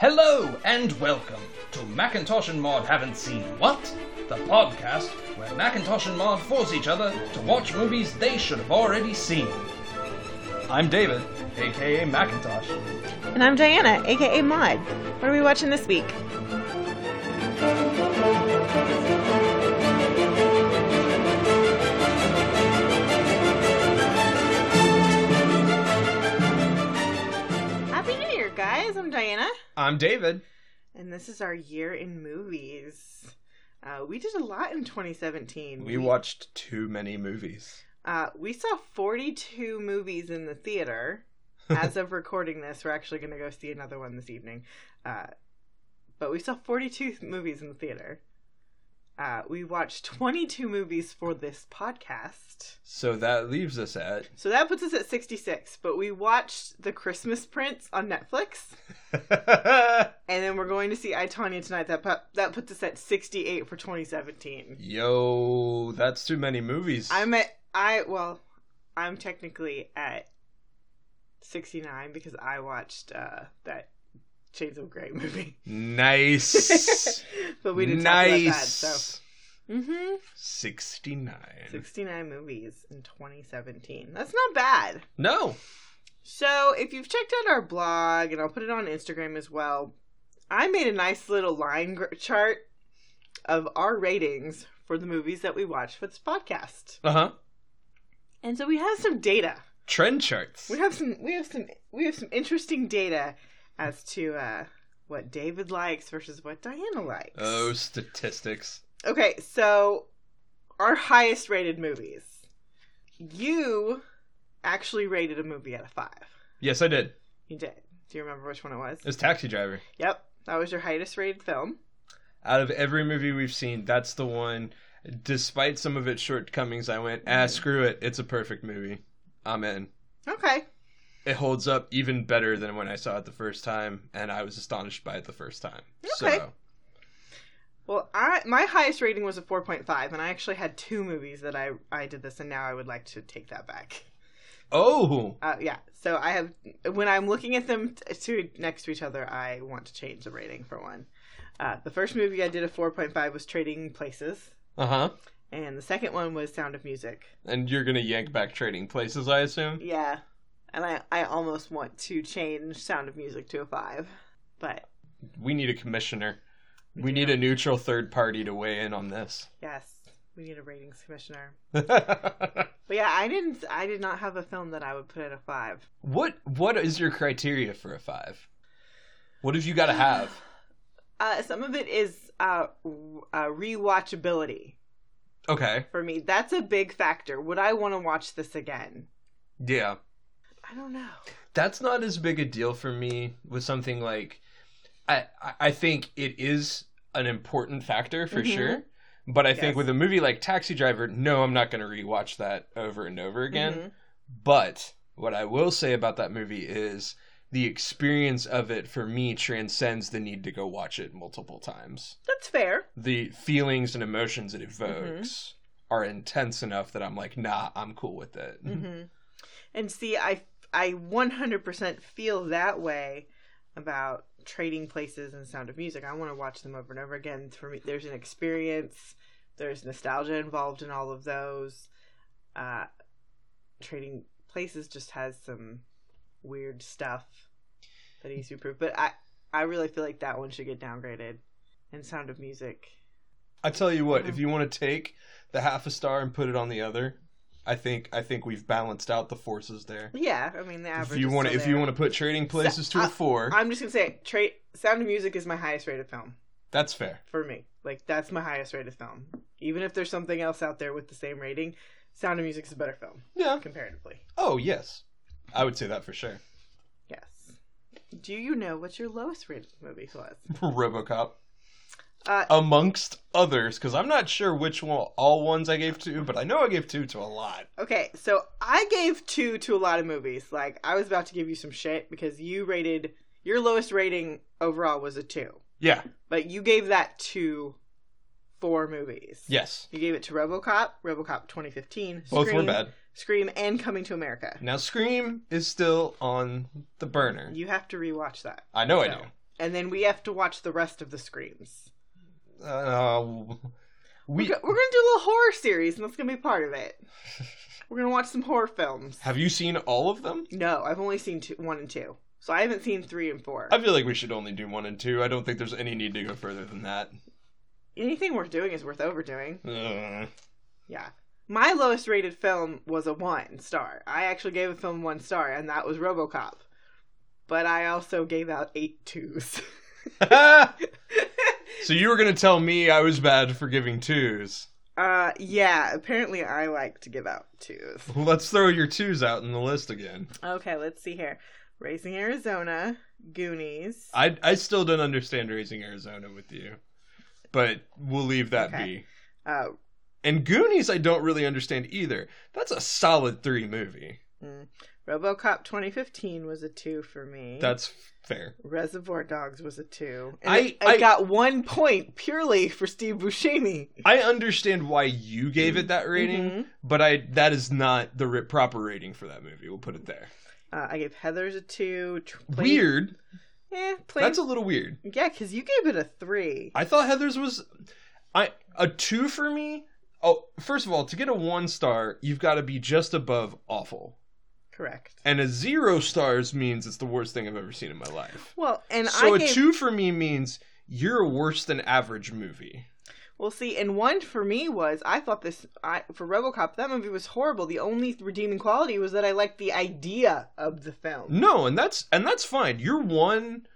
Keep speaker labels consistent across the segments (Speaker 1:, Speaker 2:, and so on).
Speaker 1: Hello and welcome to Macintosh and Maud Haven't Seen What? The podcast where Macintosh and Maud force each other to watch movies they should have already seen. I'm David, aka Macintosh.
Speaker 2: And I'm Diana, aka Maud. What are we watching this week? Happy New Year, guys. I'm Diana,
Speaker 1: I'm David.
Speaker 2: and this is our year in movies. Uh, we did a lot in 2017.
Speaker 3: We watched too many movies.
Speaker 2: Uh, we saw 42 movies in the theater. As of recording this, we're actually going to go see another one this evening. Uh, but we saw 42 movies in the theater. Uh, we watched 22 movies for this podcast.
Speaker 3: So that leaves us at
Speaker 2: So that puts us at 66. But we watched The Christmas Prince on Netflix. And then we're going to see I, Tonya tonight. That, pu- that puts us at 68 for 2017.
Speaker 3: Yo, that's too many movies.
Speaker 2: I'm at I well, I'm technically at sixty nine because I watched uh that Shades of Grey movie,
Speaker 3: nice.
Speaker 2: but we didn't talk about that. So
Speaker 3: nice.
Speaker 2: mm-hmm.
Speaker 3: 69.
Speaker 2: sixty nine movies in twenty seventeen. That's not bad.
Speaker 3: No.
Speaker 2: So if you've checked out our blog, and I'll put it on Instagram as well, I made a nice little line gr- chart of our ratings for the movies that we watched for this podcast,
Speaker 3: Uh-huh.
Speaker 2: and so we have some data.
Speaker 3: Trend charts.
Speaker 2: We have some we have some we have some interesting data as to uh what David likes versus what Diana likes.
Speaker 3: Oh, statistics.
Speaker 2: Okay, so our highest rated movies. You actually rated a movie out of 5.
Speaker 3: Yes, I did.
Speaker 2: You did. Do you remember which one it was?
Speaker 3: It's Taxi Driver.
Speaker 2: Yep. That was your highest rated film.
Speaker 3: Out of every movie we've seen, that's the one despite some of its shortcomings, I went, "Ah, screw it. It's a perfect movie. I'm in."
Speaker 2: Okay.
Speaker 3: it holds up even better than when I saw it the first time, and I was astonished by it the first time.
Speaker 2: Okay.
Speaker 3: So
Speaker 2: Well, I my highest rating was a 4.5 and I actually had two movies that I I did this and now I would like to take that back.
Speaker 3: Oh
Speaker 2: Uh, yeah. So I have when I'm looking at them t- two next to each other, I want to change the rating for one. Uh, the first movie I did a 4.5 was Trading Places,
Speaker 3: Uh-huh.
Speaker 2: and the second one was Sound of Music.
Speaker 3: And you're gonna yank back trading places, I assume?
Speaker 2: Yeah, and I I almost want to change Sound of Music to a five, but
Speaker 3: We need a commissioner. We need a neutral third party to weigh in on this.
Speaker 2: yes, we need a ratings commissioner.
Speaker 3: what
Speaker 2: But yeah, I didn't I did not have a film that I would put at a five.
Speaker 3: what is your criteria for a five? What have you gotta have?
Speaker 2: Uh, some of it is uh, r- uh rewatchability
Speaker 3: Okay.
Speaker 2: for me. That's a big factor. Would I want to watch this again?
Speaker 3: Yeah.
Speaker 2: I don't know.
Speaker 3: that's not as big a deal for me with something like I I- I think it is an important factor for
Speaker 2: Mhm.
Speaker 3: sure. But I
Speaker 2: Yes.
Speaker 3: think with a movie like Taxi Driver, no, I'm not going to rewatch that over and over again.
Speaker 2: Mhm.
Speaker 3: But what I will say about that movie is the experience of it for me transcends the need to go watch it multiple times.
Speaker 2: That's fair.
Speaker 3: The feelings and emotions it
Speaker 2: Mm-hmm.
Speaker 3: evokes are intense enough that I'm like, nah, I'm cool with it.
Speaker 2: hmm And see, I I 100% feel that way about trading places and Sound of Music. I want to watch them over and over again. For me, there's an experience. There's nostalgia involved in all of those. Uh, trading places just has some weird stuff that needs to be proved. But I I really feel like that one should get downgraded. And Sound of Music.
Speaker 3: I tell you what, if
Speaker 2: Mhm.
Speaker 3: you want to take the half a star and put it on the other, I think I think we've balanced out the forces there.
Speaker 2: Yeah, I mean the average.
Speaker 3: If you
Speaker 2: is
Speaker 3: want to,
Speaker 2: still
Speaker 3: if you
Speaker 2: there.
Speaker 3: want to put Trading Places to a
Speaker 2: I-
Speaker 3: 4
Speaker 2: I'm just gonna say, tra- Sound of Music is my highest rated film
Speaker 3: that's fair.
Speaker 2: for me. Like that's my highest rated film. Even if there's something else out there with the same rating, Sound of Music's a better film
Speaker 3: Yeah.
Speaker 2: comparatively.
Speaker 3: Oh yes, I would say that for sure.
Speaker 2: Yes. Do you know what your lowest rated movie was?
Speaker 3: RoboCop,
Speaker 2: Uh,
Speaker 3: amongst others, because I'm not sure which one all ones I gave two, but I know I gave two to a lot.
Speaker 2: okay, so I gave two to a lot of movies. Like I was about to give you some shit because you rated your lowest rating overall was a two,
Speaker 3: Yeah.
Speaker 2: but you gave that to four movies.
Speaker 3: Yes.
Speaker 2: You gave it to RoboCop, RoboCop 2015,
Speaker 3: Both were
Speaker 2: Scream,
Speaker 3: bad.
Speaker 2: Scream, and Coming to America.
Speaker 3: Now Scream is still on the burner.
Speaker 2: You have to rewatch that.
Speaker 3: Oh, I know I
Speaker 2: So,
Speaker 3: do.
Speaker 2: and then we have to watch the rest of the screams.
Speaker 3: Uh,
Speaker 2: We,
Speaker 3: we
Speaker 2: we're, gonna do a little horror series, and that's gonna be part of it. we're gonna watch some horror films.
Speaker 3: have you seen all of them?
Speaker 2: No, I've only seen two, one and two, so I haven't seen three and four.
Speaker 3: I feel like we should only do one and two. I don't think there's any need to go further than that.
Speaker 2: Anything worth doing is worth overdoing.
Speaker 3: Ugh.
Speaker 2: Yeah. My lowest rated film was a one star. I actually gave a film one star, and that was Robocop. But I also gave out eight twos.
Speaker 3: so you were gonna tell me I was bad for giving twos.
Speaker 2: uh, yeah, apparently I like to give out twos.
Speaker 3: Let's throw your twos out in the list again.
Speaker 2: Okay, let's see here. Raising Arizona, Goonies.
Speaker 3: I I still don't understand raising Arizona with you, but we'll leave that
Speaker 2: Okay.
Speaker 3: be.
Speaker 2: uh,
Speaker 3: And Goonies, I don't really understand either. That's a solid three movie.
Speaker 2: mm, Robocop 2015 was a two for me.
Speaker 3: That's fair.
Speaker 2: Reservoir Dogs was a two.
Speaker 3: I-
Speaker 2: I, I,
Speaker 3: I-
Speaker 2: got one point purely for Steve Buscemi.
Speaker 3: I understand why you gave it that rating,
Speaker 2: Mhm.
Speaker 3: but I that is not the ri- proper rating for that movie. We'll put it there.
Speaker 2: Uh, I gave Heather's a two. Tr- plain-
Speaker 3: Weird.
Speaker 2: Eh, plain.
Speaker 3: That's a little weird.
Speaker 2: Yeah, because you gave it a three.
Speaker 3: I thought Heather's was I a two for me. Oh, first of all, to get a one star, you've got to be just above awful,
Speaker 2: Correct.
Speaker 3: and a zero stars means it's the worst thing I've ever seen in my life.
Speaker 2: Well, and
Speaker 3: so
Speaker 2: I
Speaker 3: a
Speaker 2: gave.
Speaker 3: two for me means you're a worse than average movie.
Speaker 2: Well, see, and one for me was I thought this I, for RoboCop that movie was horrible. The only redeeming quality was that I liked the idea of the film.
Speaker 3: No, and that's and that's fine. Your one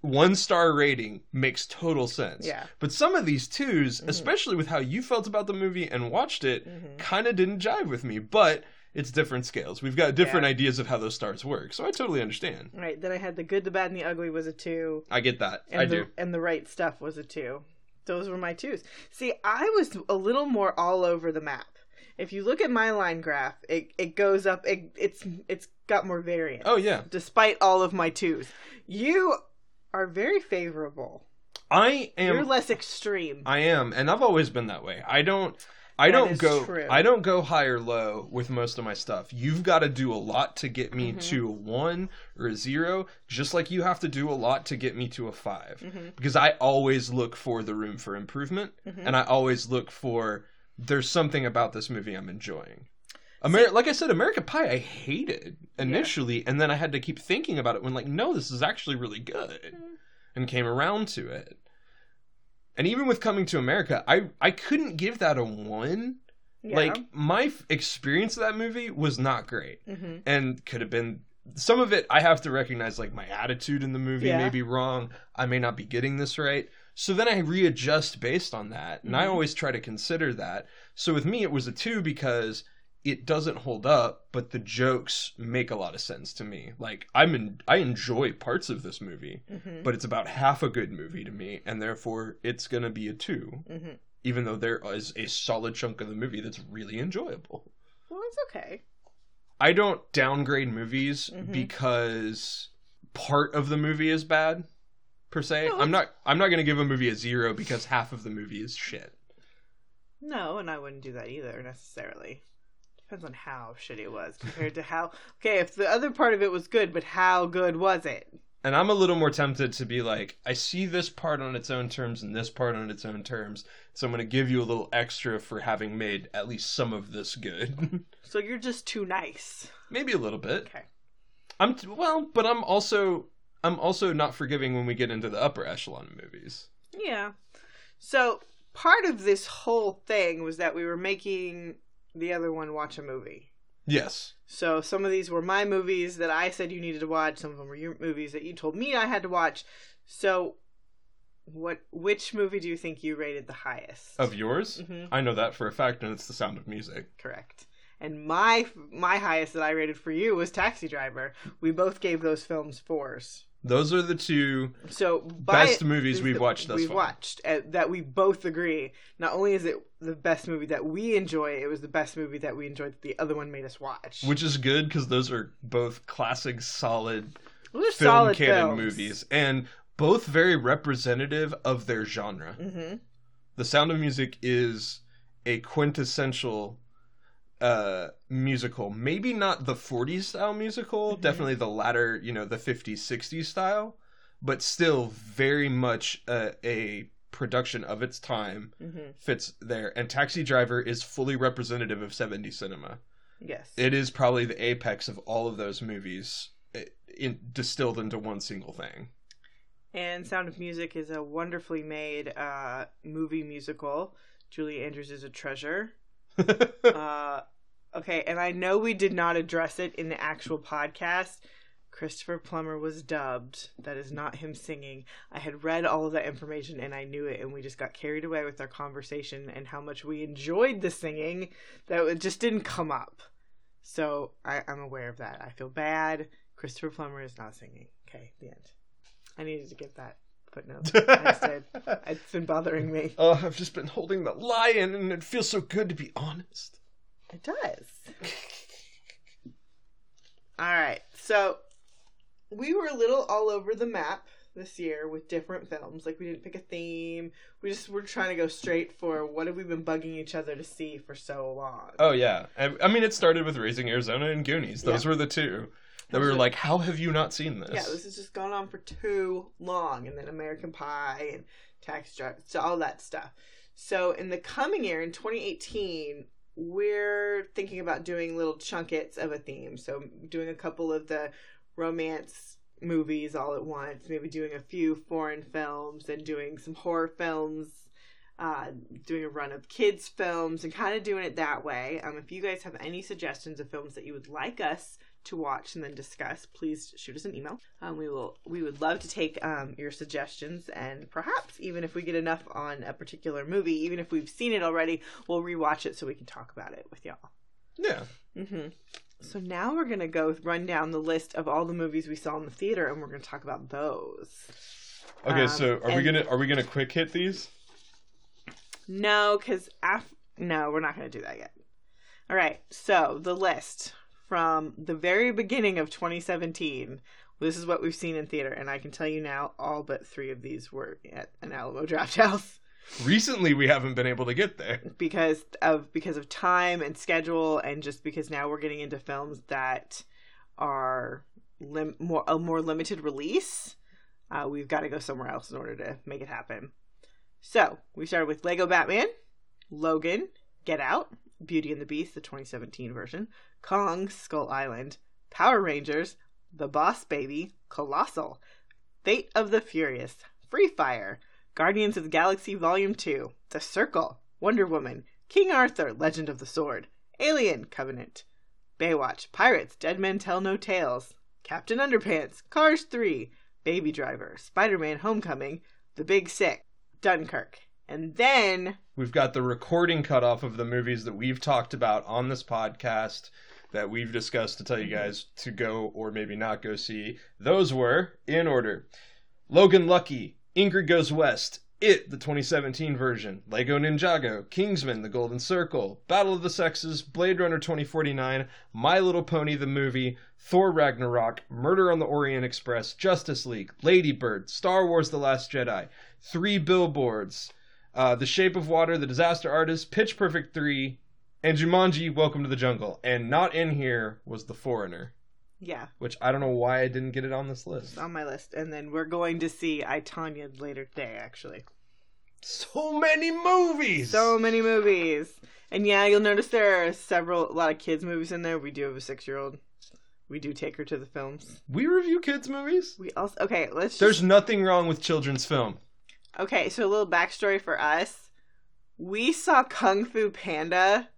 Speaker 3: one star rating makes total sense.
Speaker 2: Yeah.
Speaker 3: But some of these 2s
Speaker 2: Mhm.
Speaker 3: especially with how you felt about the movie and watched it,
Speaker 2: Mhm.
Speaker 3: kind of didn't jive with me, but it's different scales. We've got different ideas of how those stars work, so I totally understand.
Speaker 2: All right, then I had the good, the bad, and the ugly was a two,
Speaker 3: I get that.
Speaker 2: and
Speaker 3: I
Speaker 2: the
Speaker 3: do.
Speaker 2: and the right stuff was a two. Those were my twos. See, I was a little more all over the map. If you look at my line graph, it, it goes up. It, it's it's got more variance.
Speaker 3: Oh yeah,
Speaker 2: despite all of my twos. You are very favorable.
Speaker 3: I
Speaker 2: You're
Speaker 3: am.
Speaker 2: less extreme.
Speaker 3: Um, I am, and I've always been that way. I don't.
Speaker 2: That
Speaker 3: I don't
Speaker 2: is
Speaker 3: go.
Speaker 2: true.
Speaker 3: I don't go high or low with most of my stuff. You've got to do a lot to get me
Speaker 2: Mhm.
Speaker 3: to a one or a zero, just like you have to do a lot to get me to a 5
Speaker 2: Mhm,
Speaker 3: Because I always look for the room for improvement,
Speaker 2: mhm.
Speaker 3: and I always look for there's something about this movie I'm enjoying. Ameri- like I said, American Pie I hated initially, and then I had to keep thinking about it when like, no, this is actually really good,
Speaker 2: Mm.
Speaker 3: and came around to it. And even with Coming to America, I I couldn't give that a one.
Speaker 2: Yeah.
Speaker 3: Like my f- experience of that movie was not great,
Speaker 2: Mhm.
Speaker 3: and could have been some of it. I have to recognize like my attitude in the movie may
Speaker 2: Yeah.
Speaker 3: be wrong. I may not be getting this right. So then I readjust based on that, and I
Speaker 2: Mhm.
Speaker 3: always try to consider that. So with me, it was a two because it doesn't hold up, but the jokes make a lot of sense to me. Like I'm in, I enjoy parts of this movie,
Speaker 2: Mhm,
Speaker 3: but it's about half a good movie to me, and therefore it's gonna be a two,
Speaker 2: mhm.
Speaker 3: even though there is a solid chunk of the movie that's really enjoyable.
Speaker 2: Well, it's okay.
Speaker 3: I don't downgrade movies
Speaker 2: Mhm.
Speaker 3: because part of the movie is bad per se.
Speaker 2: No,
Speaker 3: I'm not I'm not going to give a movie a 0 because half of the movie is shit.
Speaker 2: No, and I wouldn't do that either necessarily. Depends on how shitty it was compared to how. Okay, if the other part of it was good, but how good was it?
Speaker 3: And I'm a little more tempted to be like I see this part on its own terms and this part on its own terms, so I'm going to give you a little extra for having made at least some of this good.
Speaker 2: So you're just too nice.
Speaker 3: Maybe a little bit.
Speaker 2: Okay.
Speaker 3: I'm t- well, but I'm also I'm also not forgiving when we get into the upper echelon of movies.
Speaker 2: Yeah. So part of this whole thing was that we were making the other one watch a movie.
Speaker 3: Yes.
Speaker 2: So some of these were my movies that I said you needed to watch. Some of them were your movies that you told me I had to watch. So, what? Which movie do you think you rated the highest?
Speaker 3: Of yours?
Speaker 2: hmm
Speaker 3: I know that for a fact and it's The Sound of Music.
Speaker 2: Correct. And my my highest that I rated for you was Taxi Driver. We both gave those films fours.
Speaker 3: Those are the two
Speaker 2: So by
Speaker 3: best movies we've watched thus
Speaker 2: we've
Speaker 3: far.
Speaker 2: watched uh, that we both agree. Not only is it the best movie that we enjoy, it was the best movie that we enjoyed that the other one made us watch.
Speaker 3: Which is good because those are both classic, solid
Speaker 2: Those are
Speaker 3: film
Speaker 2: solid
Speaker 3: canon
Speaker 2: films.
Speaker 3: movies, and both very representative of their genre.
Speaker 2: hmm
Speaker 3: The Sound of Music is a quintessential uh, musical. Maybe not the 40s style musical,
Speaker 2: Mhm.
Speaker 3: definitely the latter, you know, the 50s, 60s style, but still very much a, a production of its time
Speaker 2: hmm
Speaker 3: fits there. And Taxi Driver is fully representative of 70s cinema.
Speaker 2: Yes.
Speaker 3: It is probably the apex of all of those movies eh, in, distilled into one single thing.
Speaker 2: And Sound of Music is a wonderfully made uh, movie musical. Julie Andrews is a treasure. uh, okay, and I know we did not address it in the actual podcast. Christopher Plummer was dubbed. That is not him singing. I had read all of that information and I knew it, and we just got carried away with our conversation and how much we enjoyed the singing that it just didn't come up. So I, I'm aware of that. I feel bad. Christopher Plummer is not singing. Okay, the end. I needed to get that footnote. I said it's been bothering me.
Speaker 3: Oh, I've just been holding the lion, and it feels so good to be honest.
Speaker 2: It does. all right. So we were a little all over the map this year with different films. Like we didn't pick a theme. We just were trying to go straight for what have we been bugging each other to see for so long.
Speaker 3: Oh yeah, I, I mean, it started with Raising Arizona and Goonies. Those were the two that we were
Speaker 2: Those are-
Speaker 3: like, "How have you not seen this?"
Speaker 2: Yeah, this has just gone on for too long, and then American Pie and Tax Drive, so all that stuff. So in the coming year, in 2018, we're thinking about doing little chunkets of a theme. So doing a couple of the romance movies all at once, maybe doing a few foreign films, and doing some horror films uh, doing a run of kids films and kind of doing it that way. Um, if you guys have any suggestions of films that you would like us to watch and then discuss, please shoot us an email. Um, we will we would love to take um, your suggestions and perhaps even if we get enough on a particular movie, even if we've seen it already, we'll rewatch it so we can talk about it with y'all.
Speaker 3: yeah.
Speaker 2: Mm-hmm. So now we're gonna go run down the list of all the movies we saw in the theater, and we're gonna talk about those.
Speaker 3: Okay,
Speaker 2: Um,
Speaker 3: so are we
Speaker 2: and-
Speaker 3: gonna are we gonna quick hit these?
Speaker 2: No, because af- no, we're not going to do that yet. All right. So the list from the very beginning of 2017. This is what we've seen in theater, and I can tell you now, all but three of these were at an Alamo Draft House
Speaker 3: Recently, we haven't been able to get there.
Speaker 2: because of because of time and schedule, and just because now we're getting into films that are lim- more a more limited release. Uh, we've got to go somewhere else in order to make it happen. So we started with Lego Batman, Logan, Get Out, Beauty and the Beast, the 2017 version, Kong, Skull Island, Power Rangers, The Boss Baby, Colossal, Fate of the Furious, Free Fire, Guardians of the Galaxy Volume 2, The Circle, Wonder Woman, King Arthur, Legend of the Sword, Alien, Covenant, Baywatch, Pirates, Dead Men Tell No Tales, Captain Underpants, Cars 3, Baby Driver, Spider Man Homecoming, The Big Sick, Dunkirk. And then
Speaker 3: We've got the recording cutoff of the movies that we've talked about on this podcast that we've discussed to tell you
Speaker 2: Mhm.
Speaker 3: guys to go or maybe not go see. Those were in order Logan Lucky, Ingrid Goes West, It, the 2017 version, Lego Ninjago, Kingsman, The Golden Circle, Battle of the Sexes, Blade Runner 2049, My Little Pony, the movie, Thor Ragnarok, Murder on the Orient Express, Justice League, Lady Bird, Star Wars The Last Jedi, Three Billboards, uh, The Shape of Water, The Disaster Artist, Pitch Perfect 3, and Jumanji, Welcome to the Jungle. And not in here was The Foreigner,
Speaker 2: Yeah,
Speaker 3: which I don't know why I didn't get it on this list.
Speaker 2: it's on my list. And then we're going to see I Tanya later today, actually.
Speaker 3: So many movies!
Speaker 2: So many movies. And yeah, you'll notice there are several, a lot of kids' movies in there. We do have a six year old. We do take her to the films.
Speaker 3: we review kids' movies?
Speaker 2: We also, okay, let's just.
Speaker 3: There's nothing wrong with children's film.
Speaker 2: Okay, so a little backstory for us. We saw Kung Fu Panda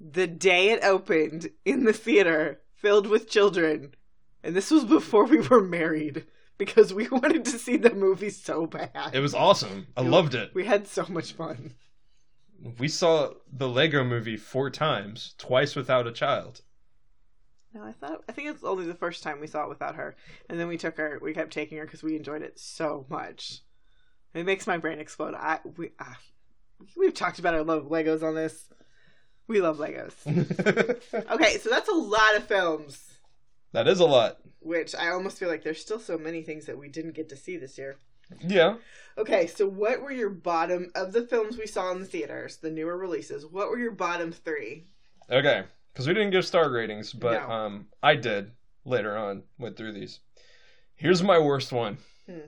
Speaker 2: the day it opened in the theater, filled with children. And this was before we were married because we wanted to see the movie so bad.
Speaker 3: It was awesome. I
Speaker 2: It-
Speaker 3: loved it.
Speaker 2: We had so much fun.
Speaker 3: We saw the Lego movie four times, twice without a child.
Speaker 2: No, I thought I think it's only the first time we saw it without her, and then we took her. We kept taking her because we enjoyed it so much. It makes my brain explode. I we ah, we've talked about our love of Legos on this. We love Legos.
Speaker 3: that
Speaker 2: Okay, so that's a lot of films,
Speaker 3: is a lot.
Speaker 2: which I almost feel like there's still so many things that we didn't get to see this year.
Speaker 3: Yeah.
Speaker 2: Okay, so what were your bottom of the films we saw in the theaters, the newer releases? What were your bottom three?
Speaker 3: Okay. Because we didn't give star ratings, but
Speaker 2: No.
Speaker 3: um, I did later on, went through these. Here's my worst one
Speaker 2: Hmm.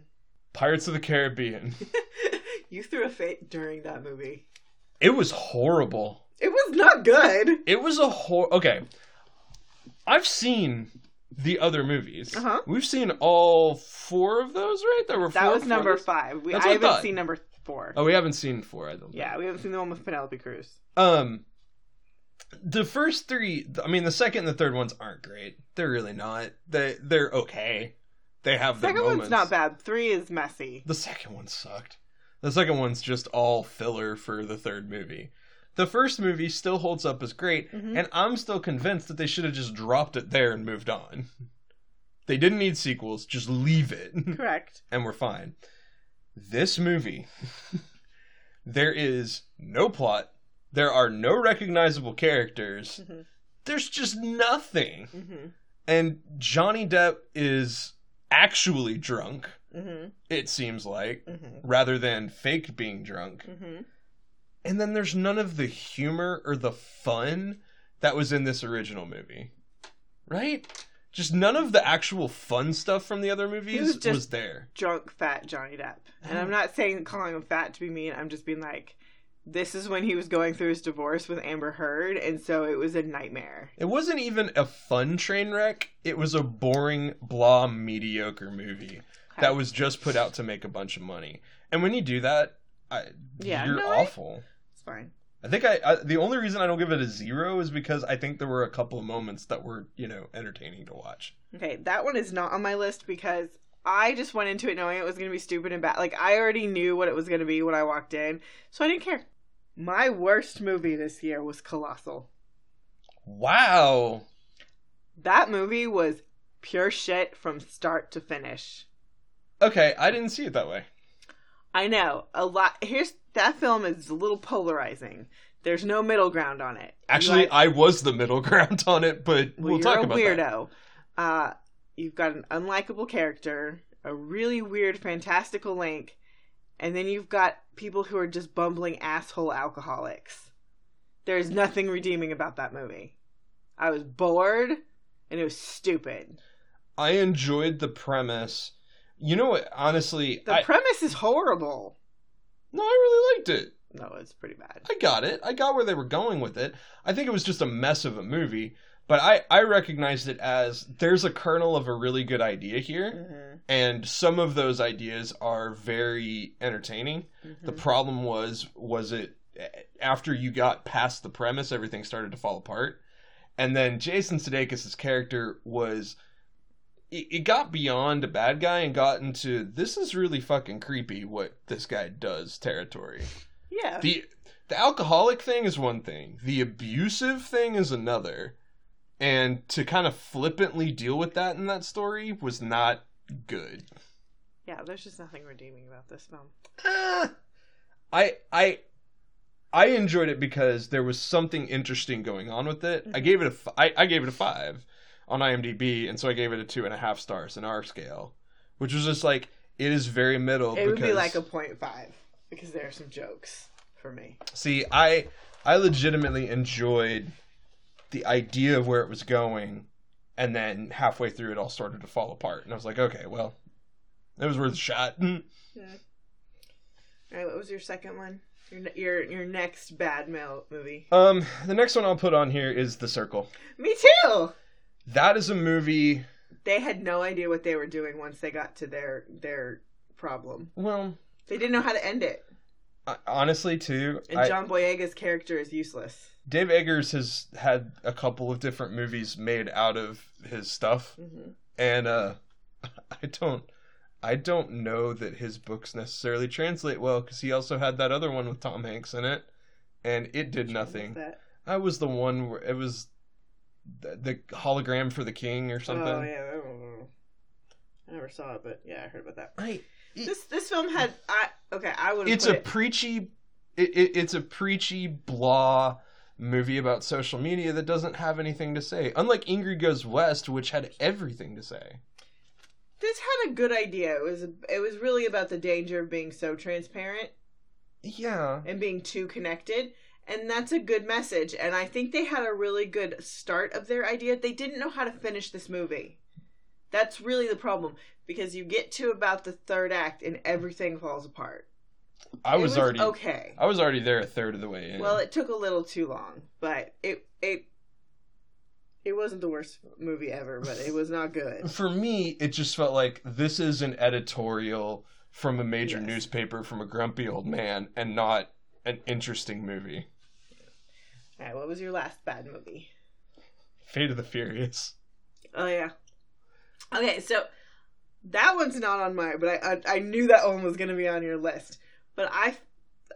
Speaker 3: Pirates of the Caribbean.
Speaker 2: you threw a fit during that movie.
Speaker 3: It was horrible.
Speaker 2: It was not good.
Speaker 3: It was a hor. Okay, I've seen the other movies.
Speaker 2: Uh-huh.
Speaker 3: We've seen all four of those, right? There were
Speaker 2: That
Speaker 3: four-
Speaker 2: was
Speaker 3: four
Speaker 2: number
Speaker 3: of those?
Speaker 2: five. We, I
Speaker 3: That's what I
Speaker 2: haven't
Speaker 3: thought.
Speaker 2: seen number four.
Speaker 3: Oh, we haven't seen four. I don't. think.
Speaker 2: Yeah, we haven't seen the one with Penelope Cruz.
Speaker 3: Um, the first three. I mean, the second and the third ones aren't great. They're really not. They they're okay. They have their
Speaker 2: Second
Speaker 3: moments.
Speaker 2: one's not bad. Three is messy.
Speaker 3: The second one sucked. The second one's just all filler for the third movie. The first movie still holds up as great,
Speaker 2: Mhm.
Speaker 3: and I'm still convinced that they should have just dropped it there and moved on. They didn't need sequels, just leave it,
Speaker 2: Correct.
Speaker 3: and we're fine. This movie, there is no plot, there are no recognizable characters,
Speaker 2: Mhm.
Speaker 3: there's just nothing.
Speaker 2: Mm-hmm.
Speaker 3: And Johnny Depp is actually drunk,
Speaker 2: Mm-hmm.
Speaker 3: it seems like
Speaker 2: Mm-hmm.
Speaker 3: rather than fake being drunk.
Speaker 2: Mm-hmm.
Speaker 3: And then there's none of the humor or the fun that was in this original movie. Right? Just none of the actual fun stuff from the other movies
Speaker 2: was
Speaker 3: was,
Speaker 2: just-
Speaker 3: there.
Speaker 2: Drunk fat Johnny Depp. And
Speaker 3: Oh.
Speaker 2: I'm not saying calling him fat to be mean. I'm just being like, this is when he was going through his divorce with Amber Heard, and so it was a nightmare.
Speaker 3: It wasn't even a fun train wreck. It was a boring, blah, mediocre movie that was just put out to make a bunch of money. And when you do that, I,
Speaker 2: Yeah,
Speaker 3: you're
Speaker 2: no, I-
Speaker 3: awful.
Speaker 2: It's fine.
Speaker 3: I think I, I the only reason I don't give it a zero is because I think there were a couple of moments that were you know entertaining to watch.
Speaker 2: Okay, that one is not on my list because I just went into it knowing it was going to be stupid and bad. Like, I already knew what it was going to be when I walked in, so I didn't care. My worst movie this year was Colossal.
Speaker 3: Wow.
Speaker 2: That movie was pure shit from start to finish.
Speaker 3: Okay, I didn't see it that way.
Speaker 2: I know a lot. Here's that film is a little polarizing. There's no middle ground on it.
Speaker 3: Actually,
Speaker 2: You like-
Speaker 3: I was the middle ground on it, but
Speaker 2: well,
Speaker 3: we'll
Speaker 2: you're
Speaker 3: talk
Speaker 2: a
Speaker 3: about that.
Speaker 2: weirdo. Uh, you've got an unlikable character, a really weird, fantastical link, and then you've got people who are just bumbling asshole alcoholics. There's nothing redeeming about that movie. I was bored, and it was stupid.
Speaker 3: I enjoyed the premise. You know what? Honestly,
Speaker 2: The
Speaker 3: I,
Speaker 2: premise is horrible.
Speaker 3: no, I really liked it.
Speaker 2: No, it's pretty bad.
Speaker 3: I got it. I got where they were going with it. I think it was just a mess of a movie, but I I recognized it as there's a kernel of a really good idea here,
Speaker 2: Mm-hmm.
Speaker 3: and some of those ideas are very entertaining. The
Speaker 2: Hmm.
Speaker 3: problem was was it after you got past the premise, everything started to fall apart, and then Jason Sudeikis' character was it it got beyond a bad guy and got into this is really fucking creepy what this guy does territory.
Speaker 2: yeah.
Speaker 3: The the alcoholic thing is one thing, the abusive thing is another. And to kind of flippantly deal with that in that story was not good.
Speaker 2: Yeah, there's just nothing redeeming about this film.
Speaker 3: Ah. I I I enjoyed it because there was something interesting going on with it. I
Speaker 2: Mhm.
Speaker 3: gave it a f- I, I gave it a five on IMDb, and so I gave it a two and a half stars in our scale, which was just like it is very middle.
Speaker 2: it would be
Speaker 3: Oh, because-
Speaker 2: like a point five because there are some jokes for me.
Speaker 3: see I I legitimately enjoyed the idea of where it was going, and then halfway through it all started to fall apart, and I was like, okay, well, it was worth a shot.
Speaker 2: All right, Oh, what was your second one? Your ne- your your next bad male movie?
Speaker 3: Um, the next one I'll put on here is The Circle.
Speaker 2: Me too.
Speaker 3: That is a movie
Speaker 2: They had no idea what they were doing once they got to their their problem.
Speaker 3: Well,
Speaker 2: They didn't know how to end it,
Speaker 3: I- honestly, too,
Speaker 2: and
Speaker 3: I-
Speaker 2: John Boyega's character is useless.
Speaker 3: Dave Eggers has had a couple of different movies made out of his stuff,
Speaker 2: Mm-hmm.
Speaker 3: and uh, I don't, I don't know that his books necessarily translate well because he also had that other one with Tom Hanks in it, and it did nothing.
Speaker 2: That.
Speaker 3: I was the one where it was the, the hologram for the king or something.
Speaker 2: Oh yeah, I don't know. I never saw it, but yeah, I heard about that.
Speaker 3: I,
Speaker 2: This this film had I okay. I would.
Speaker 3: it's a preachy it, it, it's a preachy blah movie about social media that doesn't have anything to say unlike ingrid goes west which had everything to say
Speaker 2: this had a good idea. It was it was really about the danger of being so transparent
Speaker 3: yeah
Speaker 2: and being too connected, and that's a good message. And I think they had a really good start of their idea. They didn't know how to finish this movie. That's really the problem because you get to about the third act and everything falls apart.
Speaker 3: I
Speaker 2: It
Speaker 3: was, already
Speaker 2: okay.
Speaker 3: I was already there a third of the way in.
Speaker 2: Well, it took a little too long, but it it it wasn't the worst movie ever, but it was not good.
Speaker 3: for me, it just felt like this is an editorial from a major
Speaker 2: Yes.
Speaker 3: newspaper from a grumpy old man and not an interesting movie.
Speaker 2: All right, what was your last bad movie?
Speaker 3: Fate of the Furious.
Speaker 2: Oh yeah. Okay, so that one's not on mine, but I I, I knew that one was going to be on your list. But I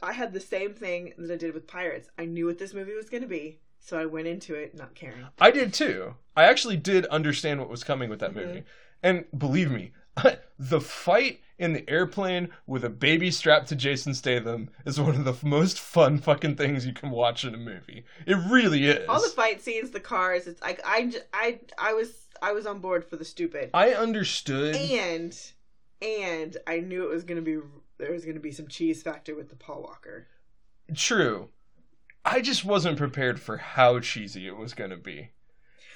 Speaker 2: I had the same thing that I did with Pirates. I knew what this movie was going to be, so I went into it not caring.
Speaker 3: I did too. I actually did understand what was coming with that
Speaker 2: Mhm.
Speaker 3: movie. And believe me, the fight in the airplane with a baby strapped to Jason Statham is one of the f- most fun fucking things you can watch in a movie. It really is.
Speaker 2: All the fight scenes, the cars, it's like I j- I I was I was on board for the stupid.
Speaker 3: I understood.
Speaker 2: and and I knew it was gonna be there was gonna be some cheese factor with the Paul Walker.
Speaker 3: True. I just wasn't prepared for how cheesy it was going to be.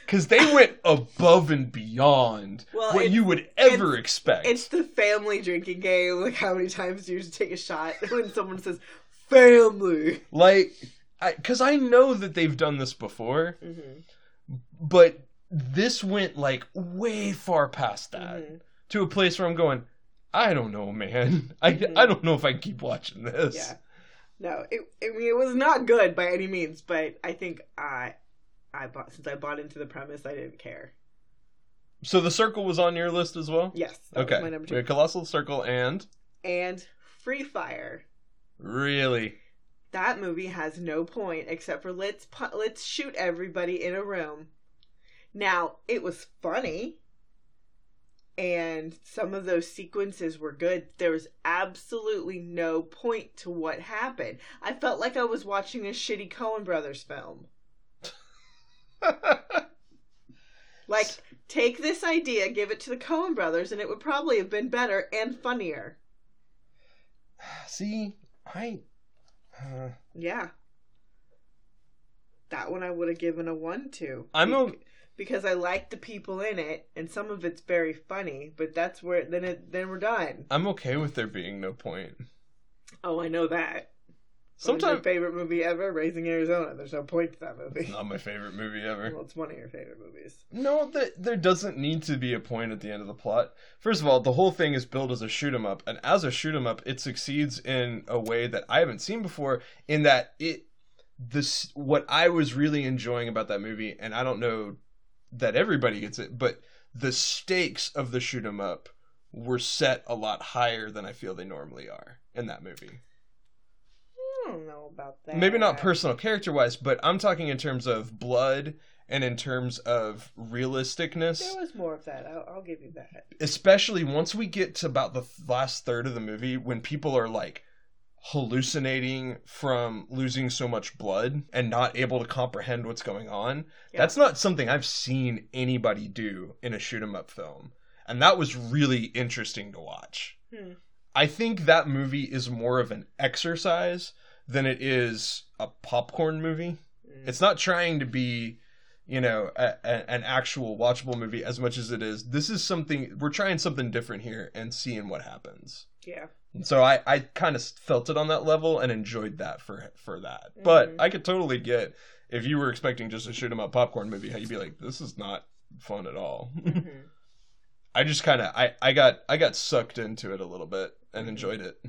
Speaker 3: Because they went above and beyond
Speaker 2: Well,
Speaker 3: what
Speaker 2: it's-
Speaker 3: you would ever
Speaker 2: it's-
Speaker 3: expect.
Speaker 2: It's the family drinking game. Like how many times do you take a shot when someone says family?
Speaker 3: like, because I know that they've done this before,
Speaker 2: Mm-hmm.
Speaker 3: but this went like way far past that
Speaker 2: Mhm.
Speaker 3: to a place where I'm going, I don't know, man. I,
Speaker 2: Mhm.
Speaker 3: I don't know if I can keep watching this.
Speaker 2: Yeah. No, it. I mean, it was not good by any means, but I think I, I bought since I bought into the premise, I didn't care.
Speaker 3: So the circle was on your list as well?
Speaker 2: Yes. That
Speaker 3: Okay.
Speaker 2: Was my number
Speaker 3: We
Speaker 2: two.
Speaker 3: had Colossal Circle and
Speaker 2: And Free Fire.
Speaker 3: really
Speaker 2: That movie has no point except for let's pu- let's shoot everybody in a room. Now it was funny, and some of those sequences were good. There was absolutely no point to what happened. I felt like I was watching a shitty Coen Brothers film. Like, take this idea, give it to the Coen Brothers, and it would probably have been better and funnier.
Speaker 3: See, I. Uh,
Speaker 2: Yeah, that one I would have given a one to.
Speaker 3: I'm okay.
Speaker 2: because I like the people in it, and some of it's very funny. But that's where then it then we're done.
Speaker 3: I'm okay with there being no point.
Speaker 2: Oh, I know that. Sometimes
Speaker 3: Sometimes
Speaker 2: my favorite movie ever, Raising Arizona. There's no point to that movie.
Speaker 3: not my favorite movie ever.
Speaker 2: Well, it's one of your favorite movies.
Speaker 3: No, th- there doesn't need to be a point at the end of the plot. First of all, the whole thing is billed as a shoot 'em up, and as a shoot 'em up, it succeeds in a way that I haven't seen before. In that it, this what I was really enjoying about that movie, and I don't know that everybody gets it, but the stakes of the shoot 'em up were set a lot higher than I feel they normally are in that movie.
Speaker 2: I don't know about that.
Speaker 3: maybe not personal character wise, but I'm talking in terms of blood and in terms of realisticness.
Speaker 2: There was more of that. I'll, I'll give you that.
Speaker 3: Especially once we get to about the last third of the movie when people are like hallucinating from losing so much blood and not able to comprehend what's going on.
Speaker 2: Yeah.
Speaker 3: That's not something I've seen anybody do in a shoot 'em up film. And that was really interesting to watch.
Speaker 2: Hmm.
Speaker 3: I think that movie is more of an exercise than it is a popcorn movie.
Speaker 2: Mm.
Speaker 3: It's not trying to be, you know, a, a, an actual watchable movie as much as it is. This is something we're trying something different here and seeing what happens.
Speaker 2: yeah.
Speaker 3: And so I, I kind of felt it on that level and enjoyed that for for that. But
Speaker 2: Mhm.
Speaker 3: I could totally get if you were expecting just a shoot 'em up popcorn movie, how you'd be like, this is not fun at all.
Speaker 2: Mhm.
Speaker 3: I just kind of I, I got I got sucked into it a little bit and
Speaker 2: Mhm.
Speaker 3: enjoyed it.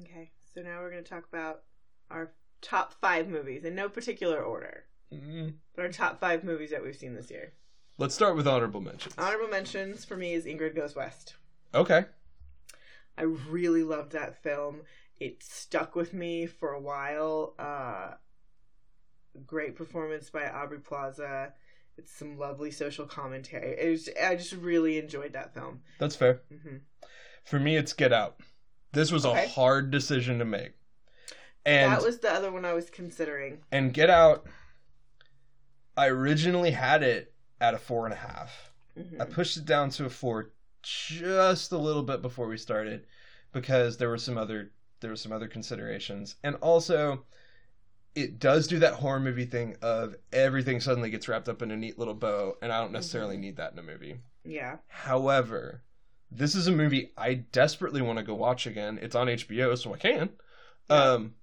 Speaker 2: okay, so now we're gonna talk about our top five movies in no particular order,
Speaker 3: Mm.
Speaker 2: but our top five movies that we've seen this year.
Speaker 3: Let's start with honorable mentions.
Speaker 2: Honorable mentions for me is Ingrid Goes West.
Speaker 3: okay.
Speaker 2: I really loved that film. It stuck with me for a while. Uh, great performance by Aubrey Plaza. It's some lovely social commentary. It was, I just really enjoyed that film.
Speaker 3: That's fair.
Speaker 2: hmm
Speaker 3: For me it's Get Out. This was
Speaker 2: Okay.
Speaker 3: a hard decision to make. And
Speaker 2: That was the other one I was considering.
Speaker 3: and Get Out I originally had it at a four and a half.
Speaker 2: Mhm.
Speaker 3: I pushed it down to a four just a little bit before we started because there were some other there were some other considerations and also it does do that horror movie thing of everything suddenly gets wrapped up in a neat little bow, and I don't necessarily
Speaker 2: Mm-hmm.
Speaker 3: need that in a movie.
Speaker 2: Yeah.
Speaker 3: However, this is a movie I desperately want to go watch again. It's on HBO, so I can. Um,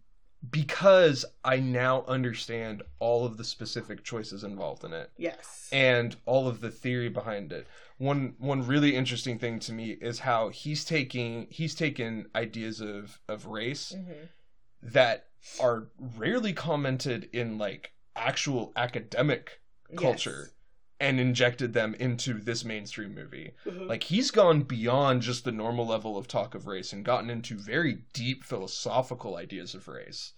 Speaker 3: because I now understand all of the specific choices involved in it
Speaker 2: Yes.
Speaker 3: and all of the theory behind it. One one really interesting thing to me is how he's taking he's taken ideas of of race
Speaker 2: Mhm.
Speaker 3: that are rarely commented in like actual academic culture and injected them into this mainstream movie.
Speaker 2: Yes. Mhm.
Speaker 3: Like he's gone beyond just the normal level of talk of race and gotten into very deep philosophical ideas of race.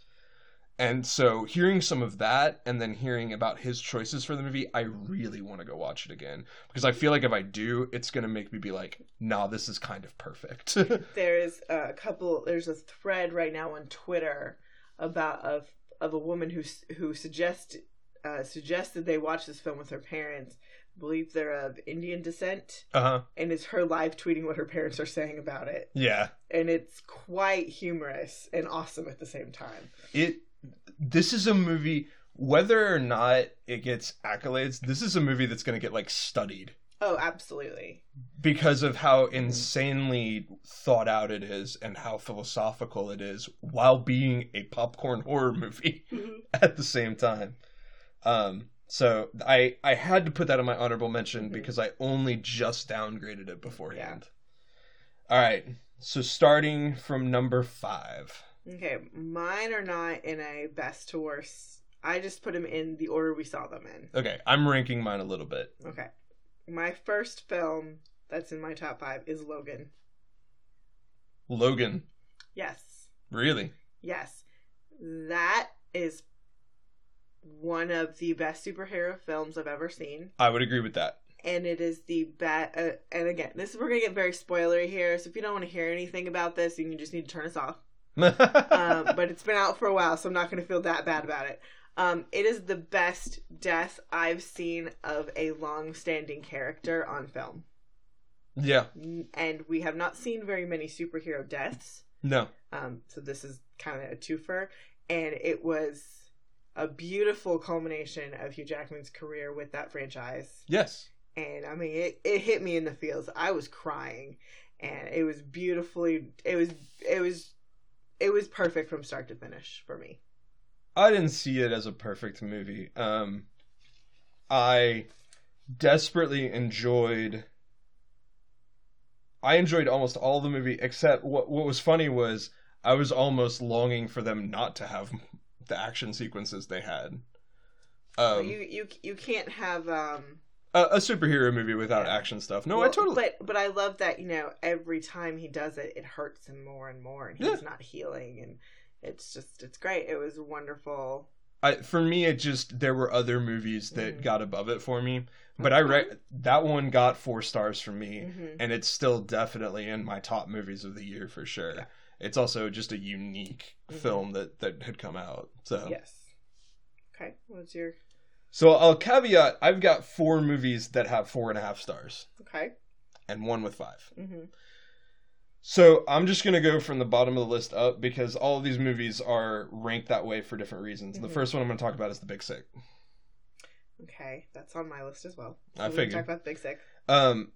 Speaker 3: And so hearing some of that and then hearing about his choices for the movie, I really want to go watch it again because I feel like if I do, it's going to make me be like, "Nah, this is kind of perfect."
Speaker 2: there is a couple there's a thread right now on twitter about of of a woman who s- who suggest uh, suggested they watch this film with her parents believe they're of indian descent
Speaker 3: uh-huh.
Speaker 2: and it's her live tweeting what her parents are saying about it
Speaker 3: Yeah.
Speaker 2: and it's quite humorous and awesome at the same time
Speaker 3: it this is a movie whether or not it gets accolades this is a movie that's going to get like studied
Speaker 2: oh absolutely
Speaker 3: because of how insanely thought out it is and how philosophical it is while being a popcorn horror movie at the same time um so i i had to put that on my honorable mention
Speaker 2: Mhm.
Speaker 3: because i only just downgraded it beforehand all right so starting from number five
Speaker 2: okay mine are not in a best to worst i just put them in the order we saw them in
Speaker 3: okay i'm ranking mine a little bit
Speaker 2: Okay. My first film that's in my top five is Logan.
Speaker 3: logan
Speaker 2: Yes.
Speaker 3: really
Speaker 2: Yes. That is one of the best superhero films I've ever seen.
Speaker 3: I would agree with that.
Speaker 2: And it is the best. Uh, and again, this we're going to get very spoilery here. So if you don't want to hear anything about this, you can just need to turn us off. um, but it's been out for a while, so I'm not going to feel that bad about it. Um, it is the best death I've seen of a long standing character on film.
Speaker 3: yeah,
Speaker 2: and we have not seen very many superhero deaths.
Speaker 3: no,
Speaker 2: Um, so this is kind of a twofer, and it was a beautiful culmination of Hugh Jackman's career with that franchise.
Speaker 3: yes,
Speaker 2: And I mean, it, it hit me in the feels. I was crying, and it was beautifully. It was it was it was perfect from start to finish for me.
Speaker 3: I didn't see it as a perfect movie. Um, I desperately enjoyed. I enjoyed almost all the movie, except what what was funny was I was almost longing for them not to have the action sequences they had.
Speaker 2: But
Speaker 3: Um,
Speaker 2: you you you can't have um.
Speaker 3: a, a superhero movie without action stuff. No, I
Speaker 2: well,
Speaker 3: totally.
Speaker 2: But but I love that you know every time he does it, it hurts him more and more, and he's
Speaker 3: Yeah.
Speaker 2: not healing, and it's just it's great. It was wonderful.
Speaker 3: I for me it just there were other movies that
Speaker 2: Mhm.
Speaker 3: got above it for me, but I re- that one got 4 stars from me
Speaker 2: Mhm.
Speaker 3: and it's still definitely in my top movies of the year for sure.
Speaker 2: Yeah.
Speaker 3: It's also just a unique
Speaker 2: Mhm.
Speaker 3: film that that had come out. So
Speaker 2: Yes. Okay. What's your
Speaker 3: so I'll caveat I've got four movies that have four and a half stars
Speaker 2: okay?
Speaker 3: and one with five.
Speaker 2: Mm-hmm.
Speaker 3: So I'm just gonna go from the bottom of the list up because all of these movies are ranked that way for different reasons. The
Speaker 2: Mhm.
Speaker 3: first one I'm gonna talk about is The Big Sick.
Speaker 2: Okay, that's on my list as well.
Speaker 3: I
Speaker 2: we can
Speaker 3: figured.
Speaker 2: Talk about Big Sick.
Speaker 3: Um,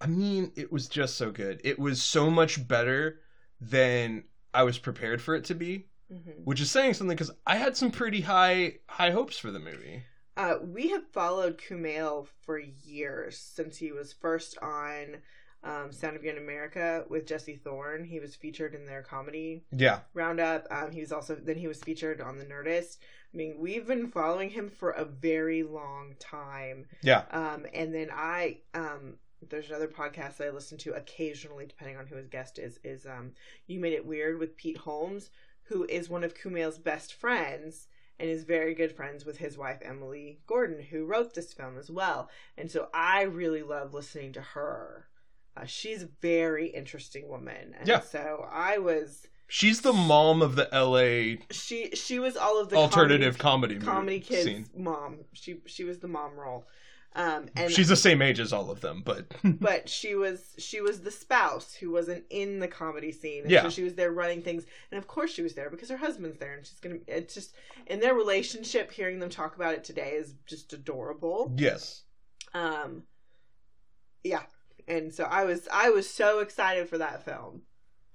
Speaker 3: I mean, it was just so good. It was so much better than I was prepared for it to be,
Speaker 2: Mm-hmm.
Speaker 3: which is saying something because I had some pretty high high hopes for the movie.
Speaker 2: Uh, we have followed Kumail for years since he was first on um, Sound of Young America with Jesse Thorne. He was featured in their comedy
Speaker 3: Yeah,
Speaker 2: roundup. Um, he was also then he was featured on the Nerdist. I mean, we've been following him for a very long time.
Speaker 3: yeah,
Speaker 2: Um, and then I um, there's another podcast that I listen to occasionally, depending on who his guest is. Is um, you made it weird with Pete Holmes, who is one of Kumail's best friends. And is very good friends with his wife Emily Gordon, who wrote this film as well. And so I really love listening to her. Uh, she's a very interesting woman, and
Speaker 3: Yeah.
Speaker 2: so I was
Speaker 3: She's the mom of the LA
Speaker 2: She she was all of the
Speaker 3: alternative comedy
Speaker 2: comedy, comedy
Speaker 3: movie
Speaker 2: kids
Speaker 3: scene.
Speaker 2: mom. She she was the mom role. Um and
Speaker 3: She's the same age as all of them, but
Speaker 2: but she was she was the spouse who wasn't in the comedy scene and
Speaker 3: Yeah.
Speaker 2: so she was there running things and of course she was there because her husband's there and she's gonna it's just in their relationship hearing them talk about it today is just adorable
Speaker 3: yes.
Speaker 2: um yeah and so i was i was so excited for that film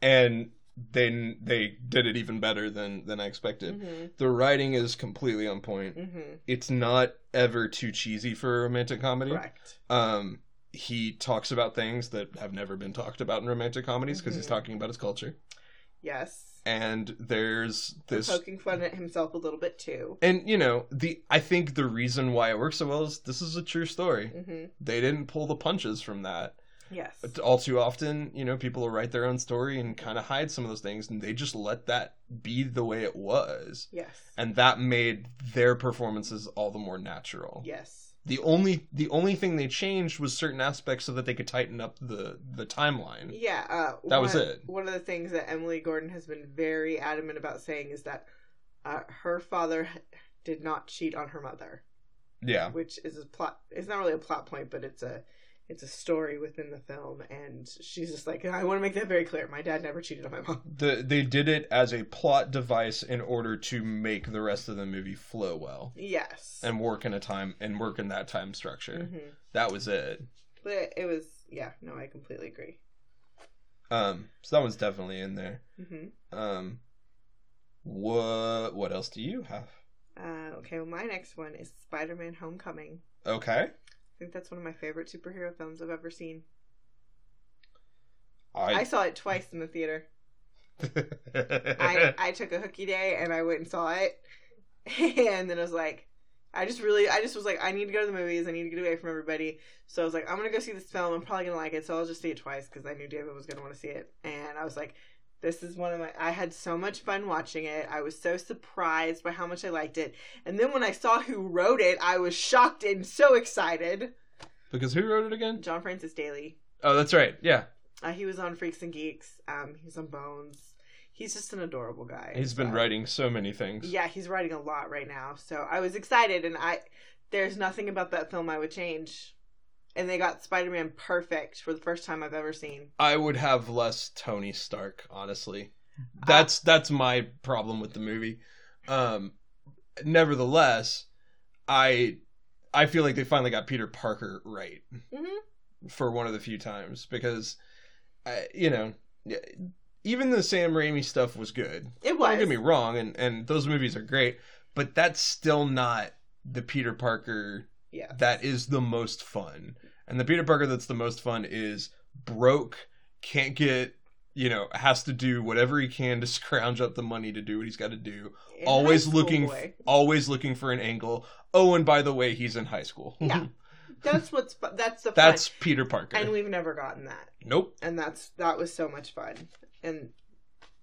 Speaker 3: And they they did it even better than than I expected.
Speaker 2: mm-hmm,
Speaker 3: The writing is completely on point.
Speaker 2: mm-hmm,
Speaker 3: It's not ever too cheesy for a romantic comedy.
Speaker 2: correct
Speaker 3: Um he talks about things that have never been talked about in romantic comedies because he's
Speaker 2: Mhm.
Speaker 3: talking about his culture.
Speaker 2: yes
Speaker 3: And there's
Speaker 2: We're
Speaker 3: this
Speaker 2: poking fun at himself a little bit too
Speaker 3: and you know, the I think the reason why it works so well is this is a true story.
Speaker 2: mm-hmm,
Speaker 3: They didn't pull the punches from that.
Speaker 2: yes
Speaker 3: all too often, you know, people will write their own story and kind of hide some of those things, and they just let that be the way it was.
Speaker 2: yes
Speaker 3: And that made their performances all the more natural.
Speaker 2: yes
Speaker 3: The only the only thing they changed was certain aspects so that they could tighten up the the timeline.
Speaker 2: Yeah, uh,
Speaker 3: That was
Speaker 2: one-
Speaker 3: it.
Speaker 2: One of the things that Emily Gordon has been very adamant about saying is that uh, her father h- did not cheat on her mother,
Speaker 3: Yeah.
Speaker 2: which is a plot. It's not really a plot point, but it's a it's a story within the film, and she's just like, I want to make that very clear. My dad never cheated on my mom.
Speaker 3: The, they did it as a plot device in order to make the rest of the movie flow well
Speaker 2: Yes.
Speaker 3: and work in a time and work in that time structure.
Speaker 2: Mhm.
Speaker 3: That was it.
Speaker 2: But it, it was yeah. No, I completely agree.
Speaker 3: Um, so that one's definitely in there.
Speaker 2: hmm
Speaker 3: Um, what what else do you have?
Speaker 2: Uh, okay, well, my next one is Spider-Man: Homecoming.
Speaker 3: Okay,
Speaker 2: I think that's one of my favorite superhero films I've ever seen. I
Speaker 3: I
Speaker 2: saw it twice in the theater. I, I took a hooky day and I went and saw it. And then I was like, I just really, I just was like, I need to go to the movies. I need to get away from everybody. So I was like, I'm going to go see this film. I'm probably going to like it. So I'll just see it twice because I knew David was going to want to see it. And I was like, this is one of my, I had so much fun watching it. I was so surprised by how much I liked it. And then when I saw who wrote it, I was shocked and so excited.
Speaker 3: because who wrote it again?
Speaker 2: John Francis Daly.
Speaker 3: Oh, that's right. Yeah,
Speaker 2: Uh, he was on Freaks and Geeks. Um, he was on Bones. He's just an adorable guy. Um,
Speaker 3: he's been
Speaker 2: So-
Speaker 3: writing so many things.
Speaker 2: Uh, Yeah, he's writing a lot right now. So I was excited, and I there's nothing about that film I would change. And they got Spider Man perfect for the first time I've ever seen.
Speaker 3: I would have less Tony Stark, honestly.
Speaker 2: Uh,
Speaker 3: That's that's my problem with the movie. Um, nevertheless, I I feel like they finally got Peter Parker right.
Speaker 2: Mhm.
Speaker 3: for one of the few times because, I, you know, even the Sam Raimi stuff was good.
Speaker 2: It was.
Speaker 3: Don't get me wrong, and and those movies are great, but that's still not the Peter Parker
Speaker 2: Yeah.
Speaker 3: that is the most fun. And the Peter Parker that's the most fun is broke, can't get, you know, has to do whatever he can to scrounge up the money to do what he's got to do.
Speaker 2: And
Speaker 3: always
Speaker 2: high school
Speaker 3: looking,
Speaker 2: boy.
Speaker 3: always looking for an angle. Oh, and by the way, he's in high school.
Speaker 2: Yeah. That's what's fu- that's the
Speaker 3: that's
Speaker 2: fun.
Speaker 3: Peter Parker.
Speaker 2: and we've never gotten that.
Speaker 3: nope.
Speaker 2: And that's that was so much fun. And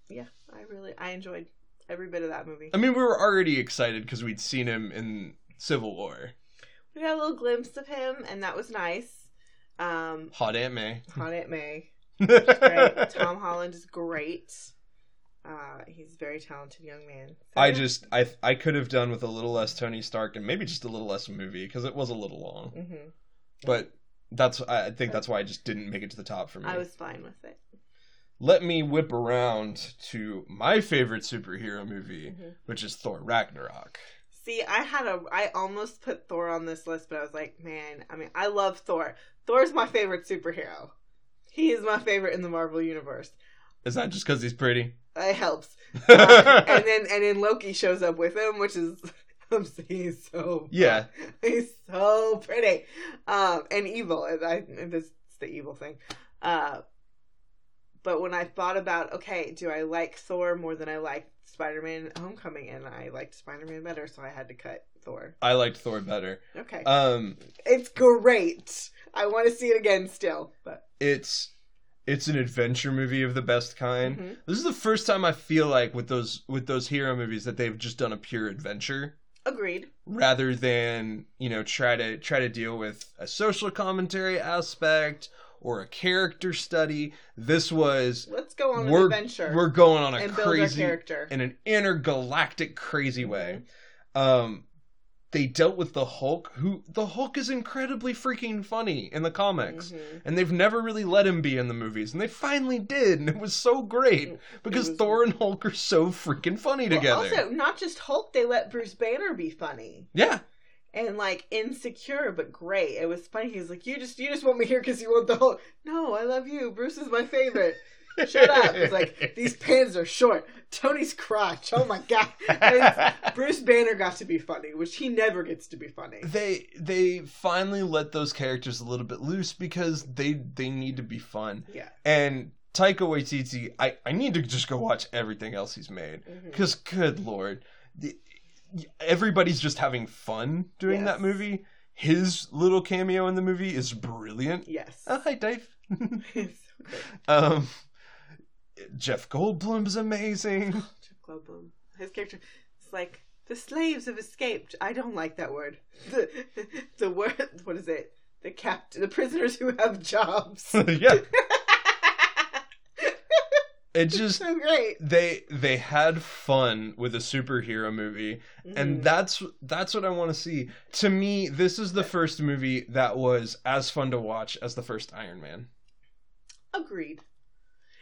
Speaker 2: yeah, I really I enjoyed every bit of that movie.
Speaker 3: I mean, we were already excited because we'd seen him in Civil War.
Speaker 2: We got a little glimpse of him, and that was nice. Um,
Speaker 3: Hot Aunt May.
Speaker 2: Haunt It May. Right?
Speaker 3: Right.
Speaker 2: Tom Holland is great. Uh, he's a very talented young man. So,
Speaker 3: I just I I could have done with a little less Tony Stark and maybe just a little less movie because it was a little long.
Speaker 2: Mhm.
Speaker 3: But that's I think that's why I just didn't make it to the top for me.
Speaker 2: I was fine with it.
Speaker 3: Let me whip around to my favorite superhero movie, which is Thor Ragnarok.
Speaker 2: Mm-hmm. See, I had a, I almost put Thor on this list, but I was like, man, I mean, I love Thor. Thor's my favorite superhero. He is my favorite in the Marvel universe.
Speaker 3: Is that just because he's pretty?
Speaker 2: It helps. Uh, and then, and then Loki shows up with him, which is, I'm he's so,
Speaker 3: yeah,
Speaker 2: he's so pretty, um, and evil. And I, and this it's the evil thing. Uh, but when I thought about, okay, do I like Thor more than I like Spider Man Homecoming? And I liked Spider Man better, so I had to cut Thor.
Speaker 3: I liked Thor better.
Speaker 2: Okay.
Speaker 3: Um,
Speaker 2: it's great. I want to see it again still. But
Speaker 3: it's it's an adventure movie of the best kind.
Speaker 2: Mhm.
Speaker 3: This is the first time I feel like with those with those hero movies that they've just done a pure adventure.
Speaker 2: agreed.
Speaker 3: rather than you know try to try to deal with a social commentary aspect or a character study. This was
Speaker 2: Let's go on
Speaker 3: We're-
Speaker 2: an adventure
Speaker 3: we're going on a
Speaker 2: and build
Speaker 3: crazy
Speaker 2: our character.
Speaker 3: in an intergalactic crazy way. Um, they dealt with the Hulk, who the Hulk is incredibly freaking funny in the comics,
Speaker 2: Mhm.
Speaker 3: and they've never really let him be in the movies, and they finally did, and it was so great
Speaker 2: It-
Speaker 3: because
Speaker 2: it was-
Speaker 3: Thor and Hulk are so freaking funny
Speaker 2: Well,
Speaker 3: together.
Speaker 2: also, not just Hulk, they let Bruce Banner be funny
Speaker 3: yeah,
Speaker 2: and like insecure, but great. It was funny. He's like, "You just, you just want me here because you want the Hulk." No, I love you. Bruce is my favorite. Shut up. It's like these pants are short. Tony's crotch. Oh my god. And Bruce Banner got to be funny, which he never gets to be funny.
Speaker 3: they they finally let those characters a little bit loose because they they need to be fun.
Speaker 2: Yeah.
Speaker 3: And Taika Waititi, I I need to just go watch everything else he's made.
Speaker 2: Mhm.
Speaker 3: Because, good lord, the, everybody's just having fun doing
Speaker 2: Yes.
Speaker 3: that movie. His little cameo in the movie is brilliant.
Speaker 2: Yes.
Speaker 3: Oh, hi, Dave.
Speaker 2: It's so great.
Speaker 3: um, Jeff Goldblum's amazing.
Speaker 2: Jeff Goldblum. His character is like the slaves have escaped. I don't like that word. The, the word. What is it? The captain. The prisoners who have jobs.
Speaker 3: yeah, it just
Speaker 2: so great.
Speaker 3: they they had fun with a superhero movie,
Speaker 2: Mm-hmm. Mm.
Speaker 3: and that's that's what I want to see. To me, this is the first movie that was as fun to watch as the first Iron Man.
Speaker 2: Agreed.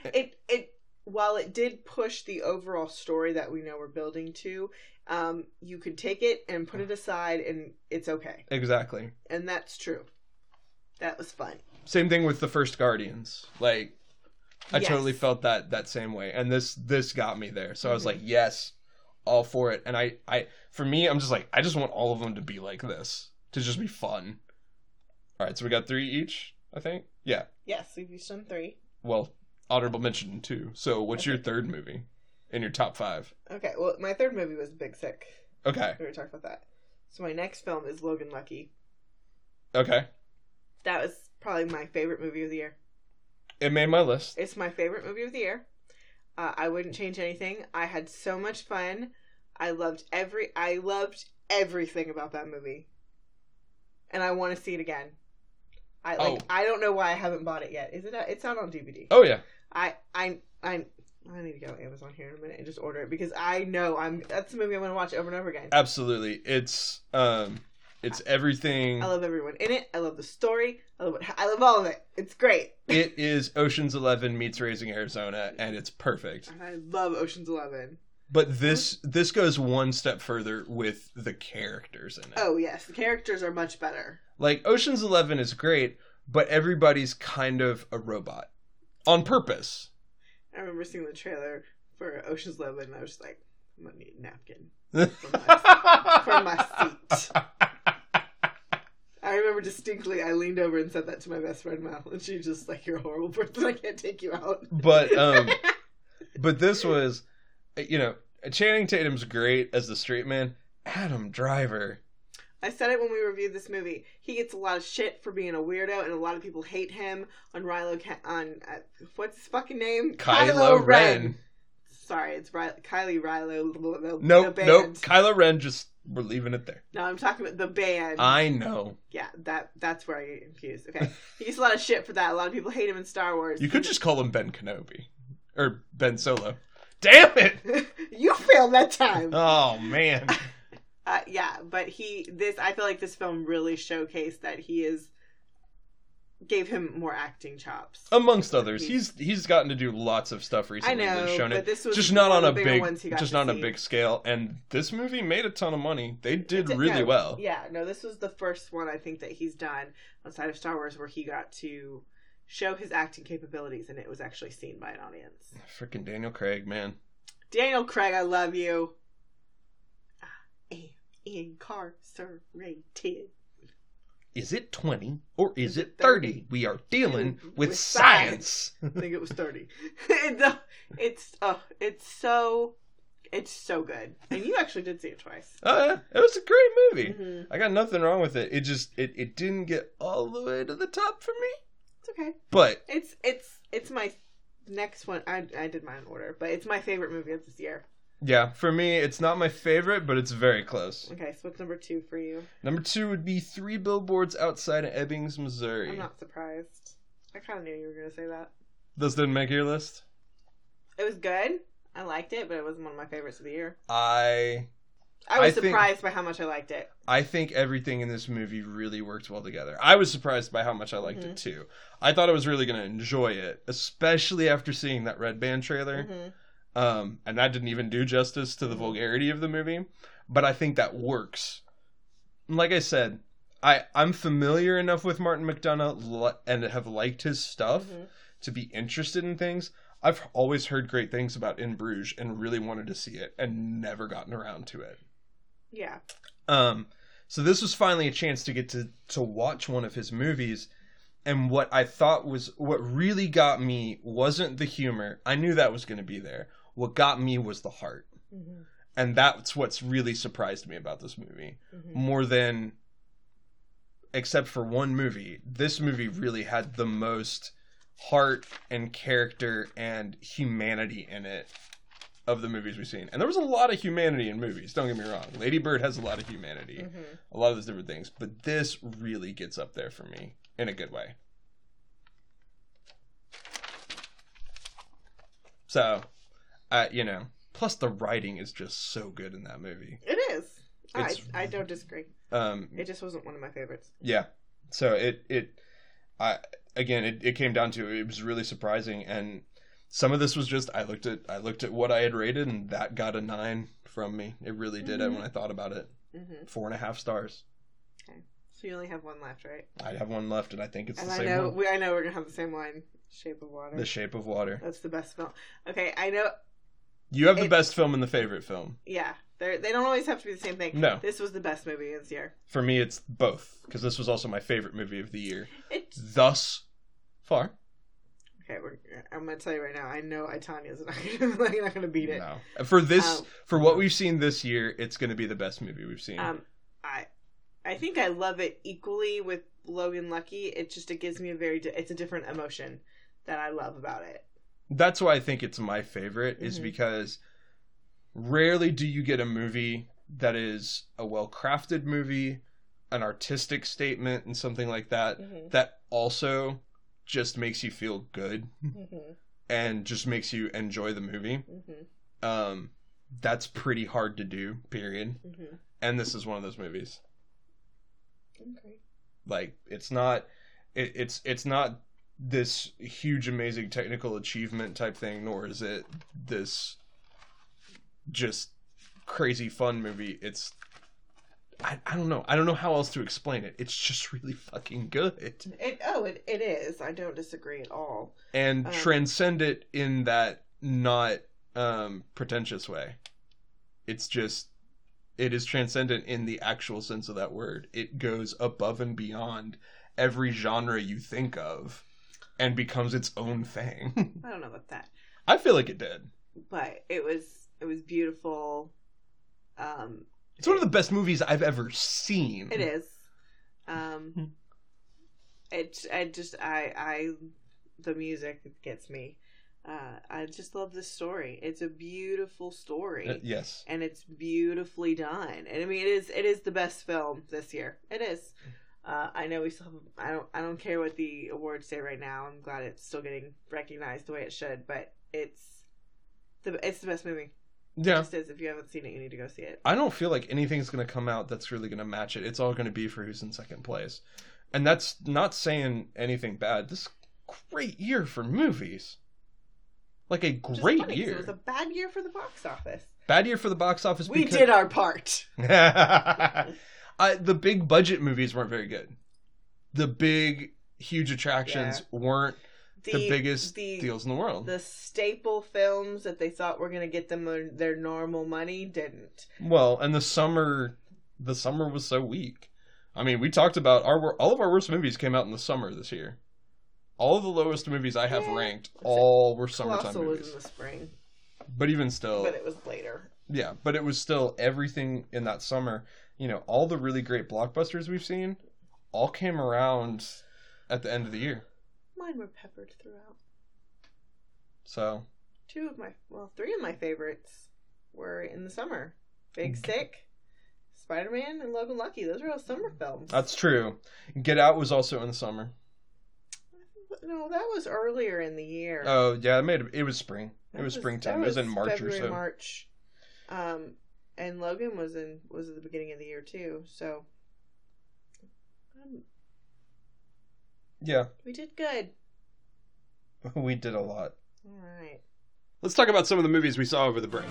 Speaker 2: It it while it did push the overall story that we know we're building to, um, you could take it and put it aside, and it's okay.
Speaker 3: Exactly.
Speaker 2: And that's true. That was fun.
Speaker 3: same thing with the first guardians like i
Speaker 2: Yes.
Speaker 3: totally felt that that same way and this this got me there so i was
Speaker 2: Mhm.
Speaker 3: like yes all for it and i i for me i'm just like i just want all of them to be like this to just be fun all right so we got three each i think yeah
Speaker 2: Yes, we've used on three.
Speaker 3: well honorable mention two so what's your third movie in your top five
Speaker 2: Okay. Well, my third movie was Big Sick.
Speaker 3: okay
Speaker 2: We already talked about that. So my next film is Logan Lucky.
Speaker 3: okay
Speaker 2: That was probably my favorite movie of the year.
Speaker 3: it made my list
Speaker 2: It's my favorite movie of the year. Uh, I wouldn't change anything. I had so much fun. I loved every. I loved everything about that movie, and I want to see it again. I like.
Speaker 3: Oh.
Speaker 2: I don't know why I haven't bought it yet. Is it? Out, it's out on DVD.
Speaker 3: oh yeah
Speaker 2: I. I. I. I need to go on Amazon here in a minute and just order it because I know I'm. That's the movie I'm going to watch over and over again.
Speaker 3: absolutely it's um it's everything
Speaker 2: I love everyone in it. I love the story. I love. It, I love all of it. It's great.
Speaker 3: it is oceans 11 meets raising arizona and it's perfect
Speaker 2: And I love Ocean's Eleven.
Speaker 3: But this this goes one step further with the characters in it.
Speaker 2: Oh yes, the characters are much better.
Speaker 3: Like Ocean's 11 is great, but everybody's kind of a robot on purpose.
Speaker 2: I remember seeing the trailer for Ocean's Eleven, and I was just like, I'm gonna need a napkin
Speaker 3: For
Speaker 2: for my, for my seat. I remember distinctly, I leaned over and said that to my best friend Mel, and she was just like, "You're a horrible person. I can't take you out."
Speaker 3: But um but this was you know, Channing Tatum's great as the street man. Adam Driver.
Speaker 2: I said it when we reviewed this movie. He gets a lot of shit for being a weirdo, and a lot of people hate him on Rilo. Ca- on uh, what's his fucking name?
Speaker 3: Kylo, Ren.
Speaker 2: Sorry, it's Ry- Kylie Rilo. blah, blah, blah, the
Speaker 3: Nope,
Speaker 2: band.
Speaker 3: nope. Kylo Ren just we're leaving it there.
Speaker 2: No, I'm talking about the band.
Speaker 3: I know.
Speaker 2: Yeah, that that's where I get confused. Okay, he gets a lot of shit for that. A lot of people hate him in Star Wars.
Speaker 3: You could just call him Ben Kenobi. Or Ben Solo. Damn it!
Speaker 2: you failed that time.
Speaker 3: Oh man.
Speaker 2: Uh, yeah, but he this I feel like this film really showcased that he is gave him more acting chops.
Speaker 3: Amongst others, he's he's gotten to do lots of stuff
Speaker 2: I
Speaker 3: recently.
Speaker 2: know,
Speaker 3: that's shown
Speaker 2: but
Speaker 3: it.
Speaker 2: this was
Speaker 3: just not
Speaker 2: one
Speaker 3: on
Speaker 2: of
Speaker 3: a
Speaker 2: the bigger
Speaker 3: big,
Speaker 2: ones he got
Speaker 3: just
Speaker 2: to
Speaker 3: not on
Speaker 2: see.
Speaker 3: a big scale. And this movie made a ton of money. They did
Speaker 2: It's-
Speaker 3: really
Speaker 2: no,
Speaker 3: well.
Speaker 2: Yeah, no, this was the first one I think that he's done outside of Star Wars where he got to show his acting capabilities and it was actually seen by an audience.
Speaker 3: Freaking Daniel Craig, man.
Speaker 2: Daniel Craig, I love you. I am incarcerated.
Speaker 3: Is it twenty or is it
Speaker 2: 30?
Speaker 3: thirty? We are dealing
Speaker 2: With
Speaker 3: with,
Speaker 2: science.
Speaker 3: science.
Speaker 2: I think it was thirty. it's it's, oh, it's so it's so good, and you actually did see it twice.
Speaker 3: Oh, yeah. it was a great movie.
Speaker 2: Mhm.
Speaker 3: I got nothing wrong with it. It just it, it didn't get all the way to the top for me.
Speaker 2: It's okay.
Speaker 3: But
Speaker 2: It's it's it's my next one. I I did mine in order, but it's my favorite movie of this year.
Speaker 3: yeah, for me, it's not my favorite, but it's very close.
Speaker 2: Okay, so what's number two for you?
Speaker 3: Number two would be Three Billboards Outside of Ebbings, Missouri.
Speaker 2: I'm not surprised. I kind of knew you were going to say that.
Speaker 3: This didn't make your list.
Speaker 2: It was good. I liked it, but it wasn't one of my favorites of the year.
Speaker 3: I
Speaker 2: I was
Speaker 3: I think-
Speaker 2: surprised by how much I liked it.
Speaker 3: I think everything in this movie really worked well together. I was surprised by how much I liked it too. I thought I was really going to enjoy it, especially after seeing that Red Band trailer.
Speaker 2: Mhm.
Speaker 3: Um, and that didn't even do justice to the
Speaker 2: Mhm.
Speaker 3: vulgarity of the movie, but I think that works. And Like I said, I I'm familiar enough with Martin McDonough li- and have liked his stuff
Speaker 2: Mhm.
Speaker 3: to be interested in things. I've always heard great things about In Bruges and really wanted to see it and never gotten around to it.
Speaker 2: Yeah.
Speaker 3: Um, so this was finally a chance to get to to watch one of his movies, and what I thought was what really got me wasn't the humor. I knew that was going to be there. What got me was the heart,
Speaker 2: Mm-hmm.
Speaker 3: and that's what's really surprised me about this movie more than. Except for one movie, this movie really had the most heart and character and humanity in it of the movies we've seen. And there was a lot of humanity in movies, don't get me wrong. Lady Bird has a lot of humanity
Speaker 2: Mhm.
Speaker 3: a lot of those different things, but this really gets up there for me in a good way. So, uh, you know, plus the writing is just so good in that movie.
Speaker 2: It is. I,
Speaker 3: It's-
Speaker 2: I don't disagree.
Speaker 3: Um,
Speaker 2: It just wasn't one of my favorites.
Speaker 3: yeah, so it it, I again it, it came down to it was really surprising, and some of this was just I looked at I looked at what I had rated, and that got a nine from me. It really did
Speaker 2: Mhm.
Speaker 3: when I thought about it.
Speaker 2: hmm
Speaker 3: Four and a half stars.
Speaker 2: So you only have one left, right?
Speaker 3: I have one left, and I think it's
Speaker 2: and
Speaker 3: the
Speaker 2: I
Speaker 3: same
Speaker 2: know
Speaker 3: one.
Speaker 2: we I know we're gonna have the same line. Shape of Water.
Speaker 3: The Shape of Water.
Speaker 2: That's the best film. Okay, I know.
Speaker 3: You have the
Speaker 2: It-
Speaker 3: best film and the favorite film.
Speaker 2: Yeah, they they don't always have to be the same thing.
Speaker 3: No.
Speaker 2: this was the best movie this year.
Speaker 3: For me, it's both because this was also my favorite movie of the year
Speaker 2: It
Speaker 3: thus far.
Speaker 2: okay. We're, I'm gonna tell you right now. I know Itanya's not gonna like, not gonna beat it.
Speaker 3: No, for this,
Speaker 2: Um,
Speaker 3: for what we've seen this year, it's going to be the best movie we've seen.
Speaker 2: Um, I I think I love it equally with Logan Lucky. It just it gives me a very di- it's a different emotion that I love about it.
Speaker 3: That's why I think it's my favorite is
Speaker 2: Mhm.
Speaker 3: because rarely do you get a movie that is a well-crafted movie, an artistic statement, and something like that that also just makes you feel good and just makes you enjoy the movie. um that's pretty hard to do period and this is one of those movies like it's not it, it's it's not this huge amazing technical achievement type thing nor is it this just crazy fun movie it's I, I don't know i don't know how else to explain it it's just really fucking good
Speaker 2: It oh it, it is. I don't disagree at all.
Speaker 3: and
Speaker 2: Um,
Speaker 3: transcend it in that not um pretentious way it's just it is transcendent in the actual sense of that word it goes above and beyond every genre you think of and becomes its own thing
Speaker 2: I don't know about that,
Speaker 3: i feel like it did
Speaker 2: but it was it was beautiful. Um,
Speaker 3: it's one of the best movies i've ever seen
Speaker 2: It is. Um, it I just I I the music gets me. Uh, I just love this story. It's a beautiful story,
Speaker 3: Uh, yes
Speaker 2: and it's beautifully done. And I mean, it is it is the best film this year. It is. Uh, I know we still. Have, I don't. I don't care what the awards say right now. I'm glad it's still getting recognized the way it should. But it's the it's the best movie. It
Speaker 3: yeah
Speaker 2: just is. If you haven't seen it, you need to go see it.
Speaker 3: I don't feel like anything's going to come out that's really going to match it. It's all going to be for who's in second place. And that's not saying anything bad. This is a great year for movies. Like a
Speaker 2: Which is
Speaker 3: great
Speaker 2: funny, 'cause
Speaker 3: year.
Speaker 2: It was a bad year for the box office.
Speaker 3: Bad year for the box office.
Speaker 2: We
Speaker 3: because-
Speaker 2: did our part.
Speaker 3: I, the big budget movies weren't very good. The big huge attractions weren't the, biggest
Speaker 2: the,
Speaker 3: deals in the world.
Speaker 2: The staple films that they thought were going to get them their- their normal money didn't.
Speaker 3: Well, and the summer, the summer was so weak. I mean, we talked about our wor- all of our worst movies came out in the summer this year. All of the lowest movies I have
Speaker 2: Yeah.
Speaker 3: ranked all were summertime
Speaker 2: Colossal
Speaker 3: movies.
Speaker 2: was in the spring,
Speaker 3: But even still,
Speaker 2: but it was later.
Speaker 3: yeah, but it was still everything in that summer. You know, all the really great blockbusters we've seen all came around at the end of the year.
Speaker 2: Mine were peppered throughout.
Speaker 3: So
Speaker 2: Two of my, well, three of my favorites were in the summer. Big
Speaker 3: Okay.
Speaker 2: Sick, Spider Man, and Logan Lucky.
Speaker 3: Mm.
Speaker 2: Those were all summer films.
Speaker 3: that's true. Get Out was also in the summer.
Speaker 2: no, No, that was earlier in the year.
Speaker 3: Oh yeah, it made it was spring. It
Speaker 2: That
Speaker 3: was
Speaker 2: that
Speaker 3: springtime. It was in March or
Speaker 2: February,
Speaker 3: so.
Speaker 2: March. Um, and Logan was in was at the beginning of the year too. So um,
Speaker 3: Yeah,
Speaker 2: we did good.
Speaker 3: we did a lot.
Speaker 2: All right.
Speaker 3: Let's talk about some of the movies we saw over the break.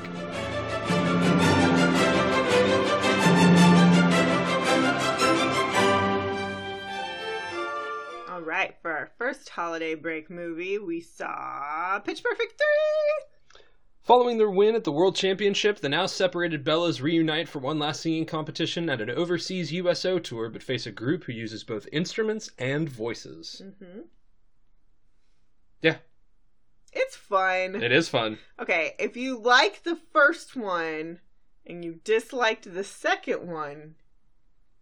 Speaker 2: All right. For our first holiday break movie, we saw Pitch Perfect three.
Speaker 3: Following their win at the World Championship, the now separated Bellas reunite for one last singing competition at an overseas USO tour, but face a group who uses both instruments and voices.
Speaker 2: Mm-hmm.
Speaker 3: Yeah.
Speaker 2: It's fun.
Speaker 3: It is fun.
Speaker 2: Okay, if you like the first one and you disliked the second one,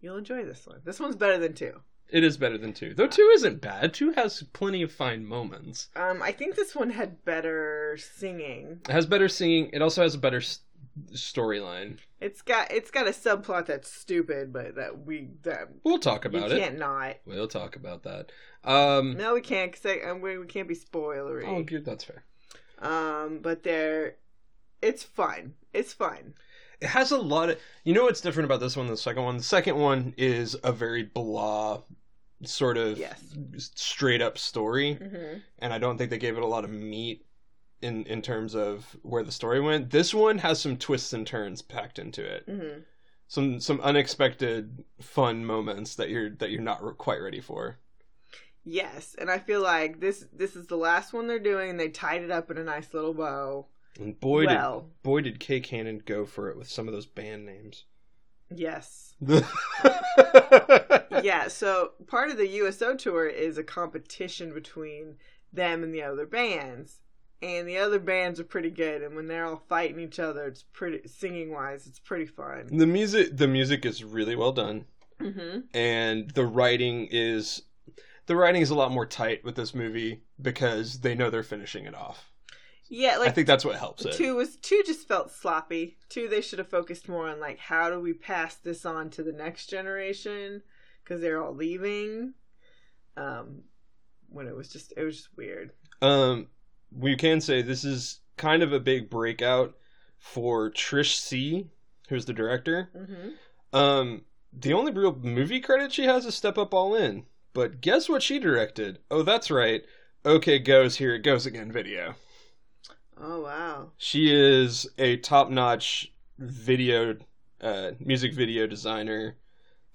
Speaker 2: you'll enjoy this one. This one's better than two.
Speaker 3: It is better than two, though two isn't bad. Two has plenty of fine moments.
Speaker 2: Um, I think this one had better singing.
Speaker 3: It has better singing. It also has a better s- storyline.
Speaker 2: It's got it's got a subplot that's stupid, but that we that
Speaker 3: We'll talk
Speaker 2: you
Speaker 3: about it.
Speaker 2: can't not.
Speaker 3: We'll talk about that. Um,
Speaker 2: No, we can't because we we can't be spoilery.
Speaker 3: oh, good, that's fair.
Speaker 2: Um, but they're it's fun. It's fun.
Speaker 3: it has a lot of you know what's different about this one than the second one the second one is a very blah sort of
Speaker 2: Yes.
Speaker 3: straight up story
Speaker 2: Mm-hmm.
Speaker 3: and i don't think they gave it a lot of meat in in terms of where the story went this one has some twists and turns packed into it
Speaker 2: Mm-hmm.
Speaker 3: some some unexpected fun moments that you're that you're not re- quite ready for
Speaker 2: Yes, and I feel like this this is the last one they're doing. They tied it up in a nice little bow.
Speaker 3: and boy
Speaker 2: well,
Speaker 3: did boy did K Cannon go for it with some of those band names.
Speaker 2: yes.
Speaker 3: yeah.
Speaker 2: yeah, so part of the USO tour is a competition between them and the other bands. And the other bands are pretty good and when they're all fighting each other, it's pretty singing wise, it's pretty fun.
Speaker 3: The music the music is really well done.
Speaker 2: Mhm.
Speaker 3: and the writing is the writing is a lot more tight with this movie because they know they're finishing it off.
Speaker 2: Yeah,
Speaker 3: I
Speaker 2: like
Speaker 3: think that's what helps it.
Speaker 2: two was two just felt sloppy. Two they should have focused more on like how do we pass this on to the next generation cuz they're all leaving. Um when it was just it was just weird.
Speaker 3: Um, we can say this is kind of a big breakout for Trish C, who's the director.
Speaker 2: Mhm.
Speaker 3: Um, the only real movie credit she has is Step Up All In, but guess what she directed? Oh, that's right. Okay, goes here it goes again video.
Speaker 2: Oh wow.
Speaker 3: She is a top-notch video, uh, music video designer,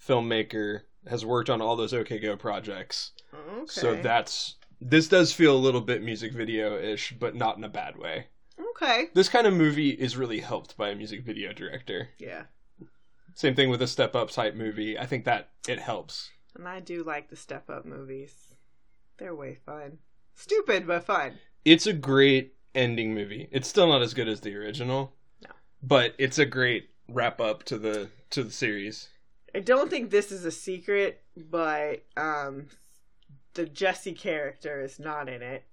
Speaker 3: filmmaker. Has worked on all those OK Go projects.
Speaker 2: Okay.
Speaker 3: So that's this does feel a little bit music video-ish, but not in a bad way.
Speaker 2: Okay.
Speaker 3: This kind of movie is really helped by a music video director.
Speaker 2: Yeah.
Speaker 3: Same thing with a Step Up type movie. I think that it helps.
Speaker 2: And I do like the step up movies. They're way fun. Stupid but fun.
Speaker 3: It's a great ending movie. It's still not as good as the original,
Speaker 2: No.
Speaker 3: but it's a great wrap up to the to the series.
Speaker 2: I don't think this is a secret, but um the Jesse character is not in it.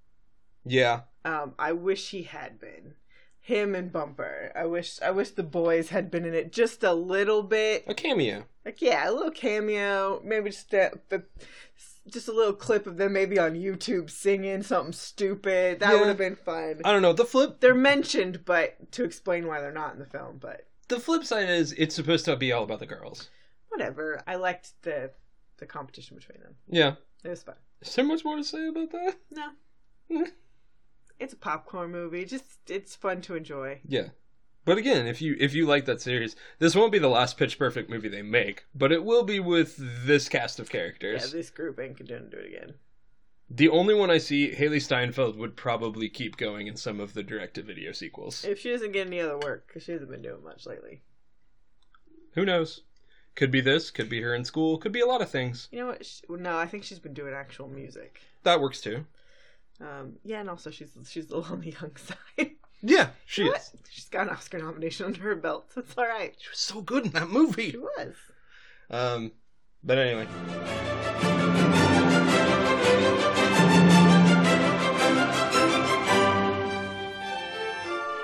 Speaker 3: Yeah,
Speaker 2: Um I wish he had been. Him and Bumper. I wish I wish the boys had been in it just a little bit.
Speaker 3: a cameo.
Speaker 2: Like yeah, a little cameo, maybe just that the just a little clip of them maybe on YouTube singing something stupid. That
Speaker 3: Yeah.
Speaker 2: would have been fun.
Speaker 3: I don't know. The flip
Speaker 2: they're mentioned, but to explain why they're not in the film. But
Speaker 3: the flip side is it's supposed to be all about the girls.
Speaker 2: whatever. I liked the the competition between them.
Speaker 3: Yeah.
Speaker 2: It was fun.
Speaker 3: Is there much more to say about that?
Speaker 2: No, it's a popcorn movie. Just it's fun to enjoy.
Speaker 3: Yeah. But again, if you if you like that series, this won't be the last Pitch Perfect movie they make, but it will be with this cast of characters.
Speaker 2: Yeah, this group ain't gonna do it again.
Speaker 3: the only one I see, Haley Steinfeld would probably keep going in some of the direct-to-video sequels.
Speaker 2: If she doesn't get any other work, because she hasn't been doing much lately.
Speaker 3: Who knows? Could be this, could be her in school, could be a lot of things.
Speaker 2: You know what? She, well, no, I think she's been doing actual music.
Speaker 3: That works too.
Speaker 2: Um, yeah, and also she's she's a little on the young side.
Speaker 3: Yeah, she
Speaker 2: What?
Speaker 3: is.
Speaker 2: she's got an Oscar nomination under her belt. so It's all right.
Speaker 3: She was so good in that movie.
Speaker 2: She was.
Speaker 3: Um, but anyway.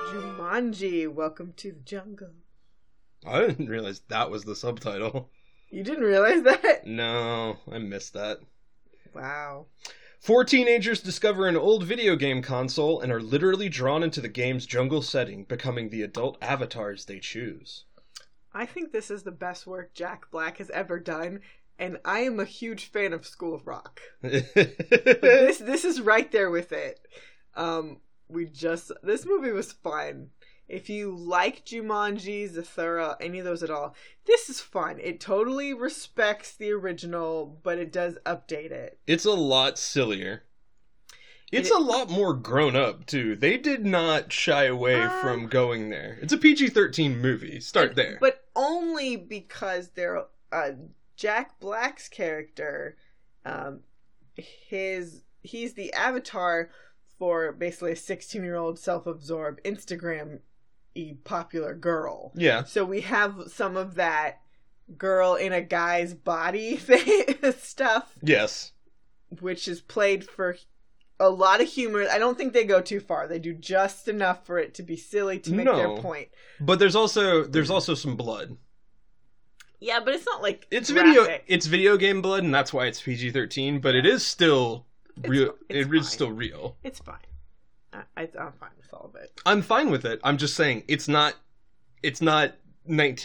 Speaker 2: Jumanji, welcome to the jungle.
Speaker 3: I didn't realize that was the subtitle.
Speaker 2: You didn't realize that?
Speaker 3: No, I missed that.
Speaker 2: Wow.
Speaker 3: Four teenagers discover an old video game console and are literally drawn into the game's jungle setting, becoming the adult avatars they choose.
Speaker 2: I think this is the best work Jack Black has ever done, and I am a huge fan of School of Rock. But this this is right there with it. Um, we just this movie was fun. If you like Jumanji, Zathura, any of those at all, this is fun. It totally respects the original, but it does update it.
Speaker 3: it's a lot sillier. It's
Speaker 2: It-
Speaker 3: a lot more grown up too. They did not shy away
Speaker 2: Um,
Speaker 3: from going there. It's a PG thirteen movie. Start there.
Speaker 2: But only because they're uh, Jack Black's character, um, his he's the avatar for basically a sixteen-year-old self-absorbed Instagram y popular girl.
Speaker 3: yeah,
Speaker 2: So we have some of that girl in a guy's body thing, stuff,
Speaker 3: yes,
Speaker 2: which is played for a lot of humor. I don't think they go too far. They do just enough for it to be silly to make their
Speaker 3: No.
Speaker 2: point.
Speaker 3: but there's also there's also some blood.
Speaker 2: Yeah, but it's not like
Speaker 3: It's video
Speaker 2: graphic.
Speaker 3: it's video game blood, and that's why it's PG thirteen. But it is still real.
Speaker 2: it's
Speaker 3: it is
Speaker 2: fine.
Speaker 3: still real.
Speaker 2: It's fine. I, I, I'm fine with all of it.
Speaker 3: I'm fine with it. I'm just saying it's not it's not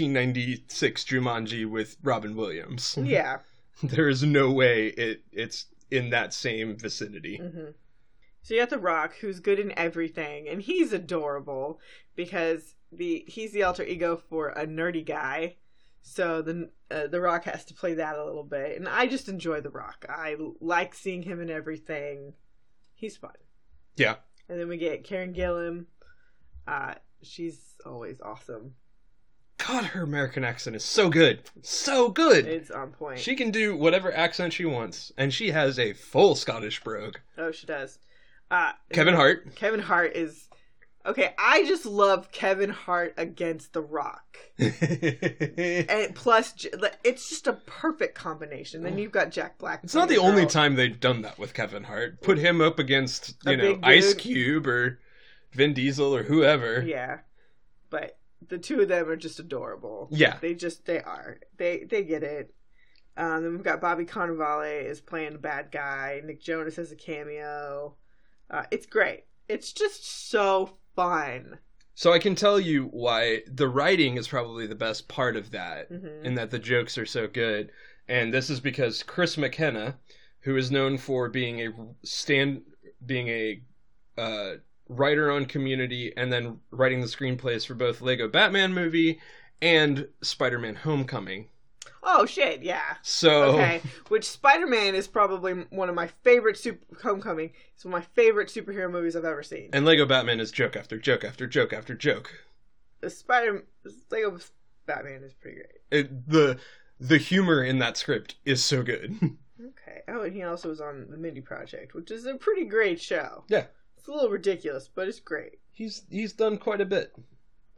Speaker 3: 1996 Jumanji with Robin Williams.
Speaker 2: Yeah.
Speaker 3: there is no way it it's in that same vicinity.
Speaker 2: hmm So you got the Rock, who's good in everything, and he's adorable because the he's the alter ego for a nerdy guy. So the uh, the Rock has to play that a little bit, and I just enjoy the Rock. I l- like seeing him in everything. He's fun.
Speaker 3: Yeah.
Speaker 2: And then we get Karen Gillan. Uh, she's always awesome.
Speaker 3: God, her American accent is so good. So good.
Speaker 2: It's on point.
Speaker 3: She can do whatever accent she wants, and she has a full Scottish brogue.
Speaker 2: oh, she does. Uh,
Speaker 3: Kevin Hart.
Speaker 2: Kevin Hart is okay. I just love Kevin Hart against The Rock,
Speaker 3: it's
Speaker 2: and plus J- like, it's just a perfect combination. Then you've got Jack Black.
Speaker 3: Mm. not the
Speaker 2: playing
Speaker 3: only
Speaker 2: girl.
Speaker 3: time they've done that with Kevin Hart. Put him up against,
Speaker 2: A
Speaker 3: you know,
Speaker 2: big
Speaker 3: Ice
Speaker 2: dude.
Speaker 3: Cube or Vin Diesel or whoever.
Speaker 2: Yeah, but the two of them are just adorable.
Speaker 3: Yeah.
Speaker 2: They just they are. They they get it. Um, then we've got Bobby Cannavale is playing the bad guy. Nick Jonas has a cameo. Uh, it's great. It's just so fun.
Speaker 3: So I can tell you why the writing is probably the best part of that.
Speaker 2: hmm
Speaker 3: and that the jokes are so good. And this is because Chris McKenna, who is known for being a stand, being a uh, writer on Community, and then writing the screenplays for both Lego Batman movie and Spider-Man: Homecoming.
Speaker 2: Oh shit! Yeah.
Speaker 3: So
Speaker 2: Okay, which Spider Man is probably one of my favorite super Homecoming. It's one of my favorite superhero movies I've ever seen.
Speaker 3: and Lego Batman is joke after joke after joke after joke.
Speaker 2: The Spider Lego Batman is pretty great.
Speaker 3: It, the the humor in that script is so good.
Speaker 2: Okay. Oh, and he also was on the Mindy Project, which is a pretty great show.
Speaker 3: Yeah.
Speaker 2: It's a little ridiculous, but it's great.
Speaker 3: he's he's done quite a bit.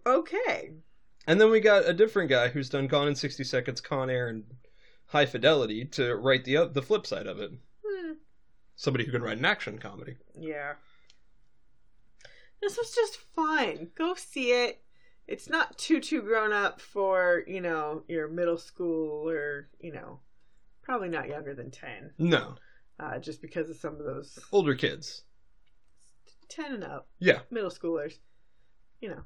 Speaker 2: Okay.
Speaker 3: And then we got a different guy who's done Gone in 60 Seconds, Con Air, and High Fidelity to write the the flip side of it.
Speaker 2: Hmm.
Speaker 3: Somebody who can write an action comedy.
Speaker 2: Yeah. This was just fun. Go see it. It's not too too grown up for, you know, your middle school or, you know, probably not younger than 10.
Speaker 3: No,
Speaker 2: uh, just because of some of those
Speaker 3: older kids.
Speaker 2: 10 and up
Speaker 3: Yeah,
Speaker 2: middle schoolers you know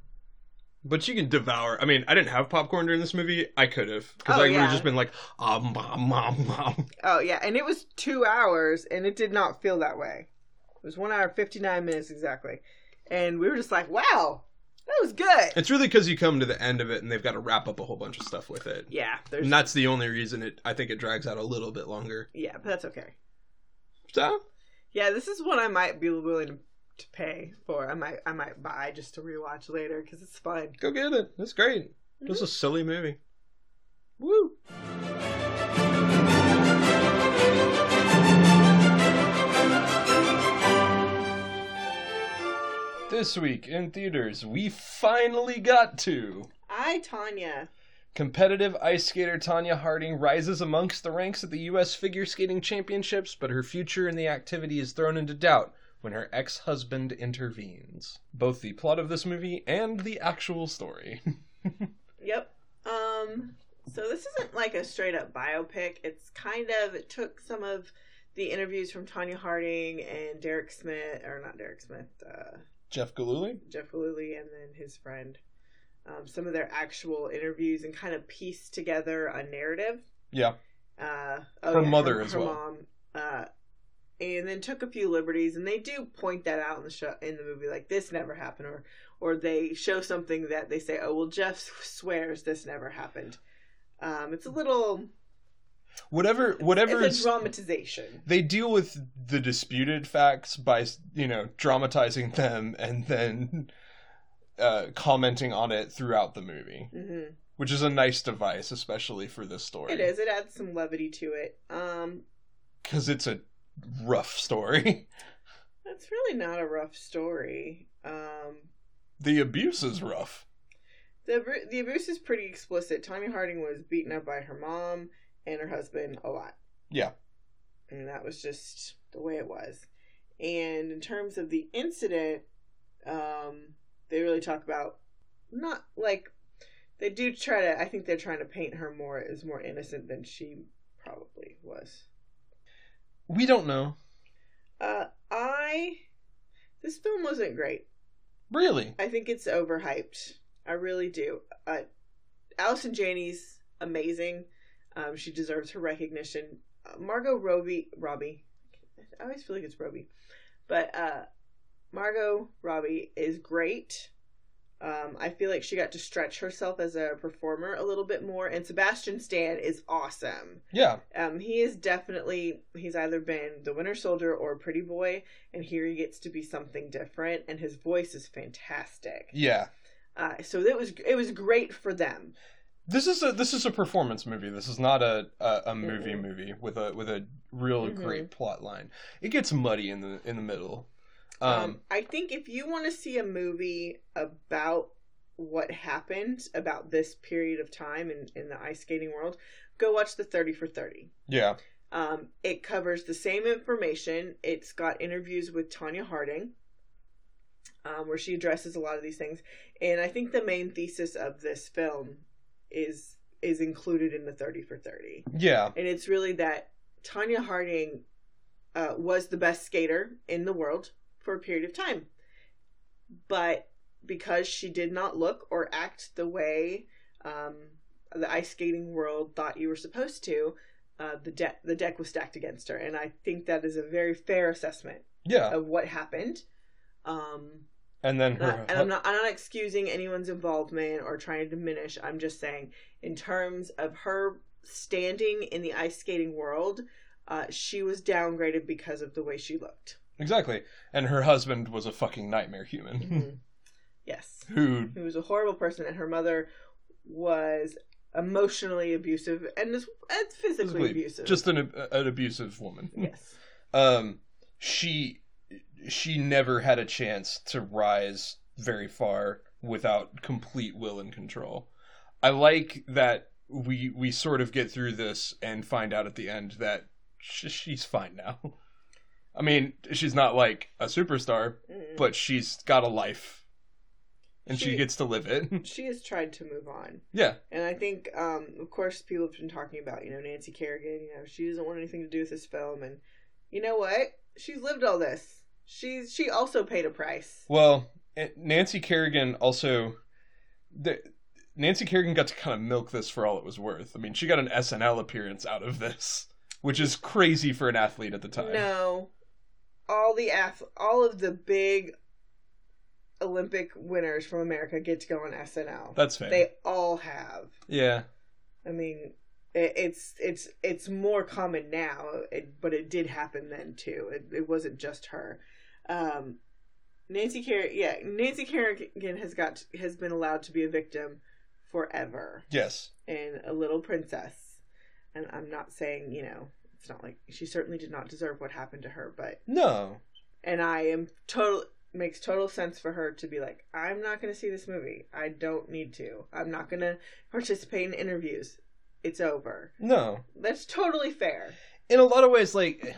Speaker 3: but you can devour. I mean, I didn't have popcorn during this movie. I could have
Speaker 2: Oh,
Speaker 3: because I would have
Speaker 2: yeah.
Speaker 3: just been like, ah, mom, mom, mom.
Speaker 2: oh yeah and it was two hours and it did not feel that way it was one hour 59 minutes exactly and we were just like wow that was good
Speaker 3: It's really because you come to the end of it and they've got to wrap up a whole bunch of stuff with it.
Speaker 2: yeah there's
Speaker 3: And that's the only reason it. I think it drags out a little bit longer.
Speaker 2: yeah but that's okay
Speaker 3: So
Speaker 2: yeah this is one i might be willing to pay for i might i might buy just to rewatch later because it's fun
Speaker 3: go get it. It's great. It's a silly movie.
Speaker 2: woo
Speaker 3: This week in theaters, we finally got to
Speaker 2: i tanya
Speaker 3: competitive ice skater Tanya Harding rises amongst the ranks at the U.S. Figure Skating Championships, but her future in the activity is thrown into doubt when her ex-husband intervenes. Both the plot of this movie and the actual story.
Speaker 2: Yep. Um so this isn't like a straight up biopic. It's kind of it took some of the interviews from Tanya Harding and Derek Smith, or not Derek Smith, uh,
Speaker 3: Jeff Galooly?
Speaker 2: Jeff Galooly, and then his friend. Um, some of their actual interviews and kind of piece together a narrative.
Speaker 3: Yeah.
Speaker 2: Uh, oh,
Speaker 3: Her
Speaker 2: yeah,
Speaker 3: mother
Speaker 2: her,
Speaker 3: as
Speaker 2: her
Speaker 3: well.
Speaker 2: Mom, uh, and then took a few liberties, and they do point that out in the show, in the movie, like this never happened, or or they show something that they say, oh well, Jeff swears this never happened. Um, it's a little
Speaker 3: Whatever whatever
Speaker 2: it's a
Speaker 3: is
Speaker 2: dramatization.
Speaker 3: they deal with the disputed facts by you know dramatizing them and then uh, commenting on it throughout the movie,
Speaker 2: hmm
Speaker 3: which is a nice device, especially for this story.
Speaker 2: It is. It adds some levity to it. Um,
Speaker 3: because it's a rough story.
Speaker 2: it's really not a rough story. Um,
Speaker 3: the abuse is rough.
Speaker 2: The abru- the abuse is pretty explicit. Tanya Harding was beaten up by her mom and her husband a lot.
Speaker 3: Yeah.
Speaker 2: And that was just the way it was. And in terms of the incident, um, they really talk about not like they do try to. I think they're trying to paint her more as more innocent than she probably was.
Speaker 3: We don't know
Speaker 2: Uh, I this film wasn't great.
Speaker 3: really.
Speaker 2: I think it's overhyped. I really do. Uh, Allison Janney's amazing. Um, she deserves her recognition. Uh, Margot Robbie, Robbie. I always feel like it's Robbie, but uh, Margot Robbie is great. Um, I feel like she got to stretch herself as a performer a little bit more, and Sebastian Stan is awesome.
Speaker 3: Yeah,
Speaker 2: Um, he is definitely he's either been the Winter Soldier or Pretty Boy, and here he gets to be something different, and his voice is fantastic.
Speaker 3: yeah.
Speaker 2: Uh, so it was it was great for them.
Speaker 3: This is a this is a performance movie. This is not a a, a movie
Speaker 2: Mm-mm.
Speaker 3: movie with a with a real
Speaker 2: Mhm.
Speaker 3: great plot line. It gets muddy in the in the middle.
Speaker 2: Um,
Speaker 3: Um,
Speaker 2: I think if you want to see a movie about what happened about this period of time in, in the ice skating world, go watch the Thirty for Thirty.
Speaker 3: yeah,
Speaker 2: Um, it covers the same information. It's got interviews with Tanya Harding, um, where she addresses a lot of these things. And I think the main thesis of this film is is included in the Thirty for Thirty,
Speaker 3: yeah.
Speaker 2: and it's really that Tanya Harding uh, was the best skater in the world for a period of time, but because she did not look or act the way um, the ice skating world thought you were supposed to, uh, the deck the deck was stacked against her, and I think that is a very fair assessment
Speaker 3: Yeah,
Speaker 2: of what happened. Um,
Speaker 3: and then
Speaker 2: and, I,
Speaker 3: her
Speaker 2: and I'm Oh, not I'm not excusing anyone's involvement or trying to diminish. I'm just saying in terms of her standing in the ice skating world, uh, she was downgraded because of the way she looked.
Speaker 3: exactly, and her husband was a fucking nightmare
Speaker 2: Mm-hmm.
Speaker 3: human
Speaker 2: yes,
Speaker 3: who
Speaker 2: who was a horrible person, and her mother was emotionally abusive and is and physically
Speaker 3: physically-
Speaker 2: abusive.
Speaker 3: just an ab- an abusive woman.
Speaker 2: yes.
Speaker 3: Um, she she never had a chance to rise very far without complete will and control. I like that we we sort of get through this and find out at the end that sh- she's fine now. I mean, she's not like a superstar,
Speaker 2: Mm.
Speaker 3: but she's got a life, and she
Speaker 2: She-
Speaker 3: gets to live it.
Speaker 2: she has tried to move on.
Speaker 3: yeah,
Speaker 2: And I think, um, of course, people have been talking about, you know, Nancy Kerrigan, you know, she doesn't want anything to do with this film. And you know what? She's lived all this. She's She also paid a price.
Speaker 3: Well, a- Nancy Kerrigan also. The, Nancy Kerrigan got to kind of milk this for all it was worth. I mean, she got an SNL appearance out of this, which is crazy for an athlete at the time.
Speaker 2: No. All the ath- all of the big Olympic winners from America get to go on SNL.
Speaker 3: That's fair.
Speaker 2: They all have.
Speaker 3: yeah.
Speaker 2: I mean, it, it's it's it's more common now, it, but it did happen then too. It, it wasn't just her. Um, Nancy Kerrigan, yeah, Nancy Kerrigan has got has been allowed to be a victim forever
Speaker 3: Yes.
Speaker 2: in A Little Princess, and I'm not saying you know it's not like she certainly did not deserve what happened to her, but
Speaker 3: No.
Speaker 2: and I am total makes total sense for her to be like, I'm not going to see this movie. I don't need to. I'm not going to participate in interviews. It's over.
Speaker 3: No.
Speaker 2: That's totally fair.
Speaker 3: in a lot of ways, like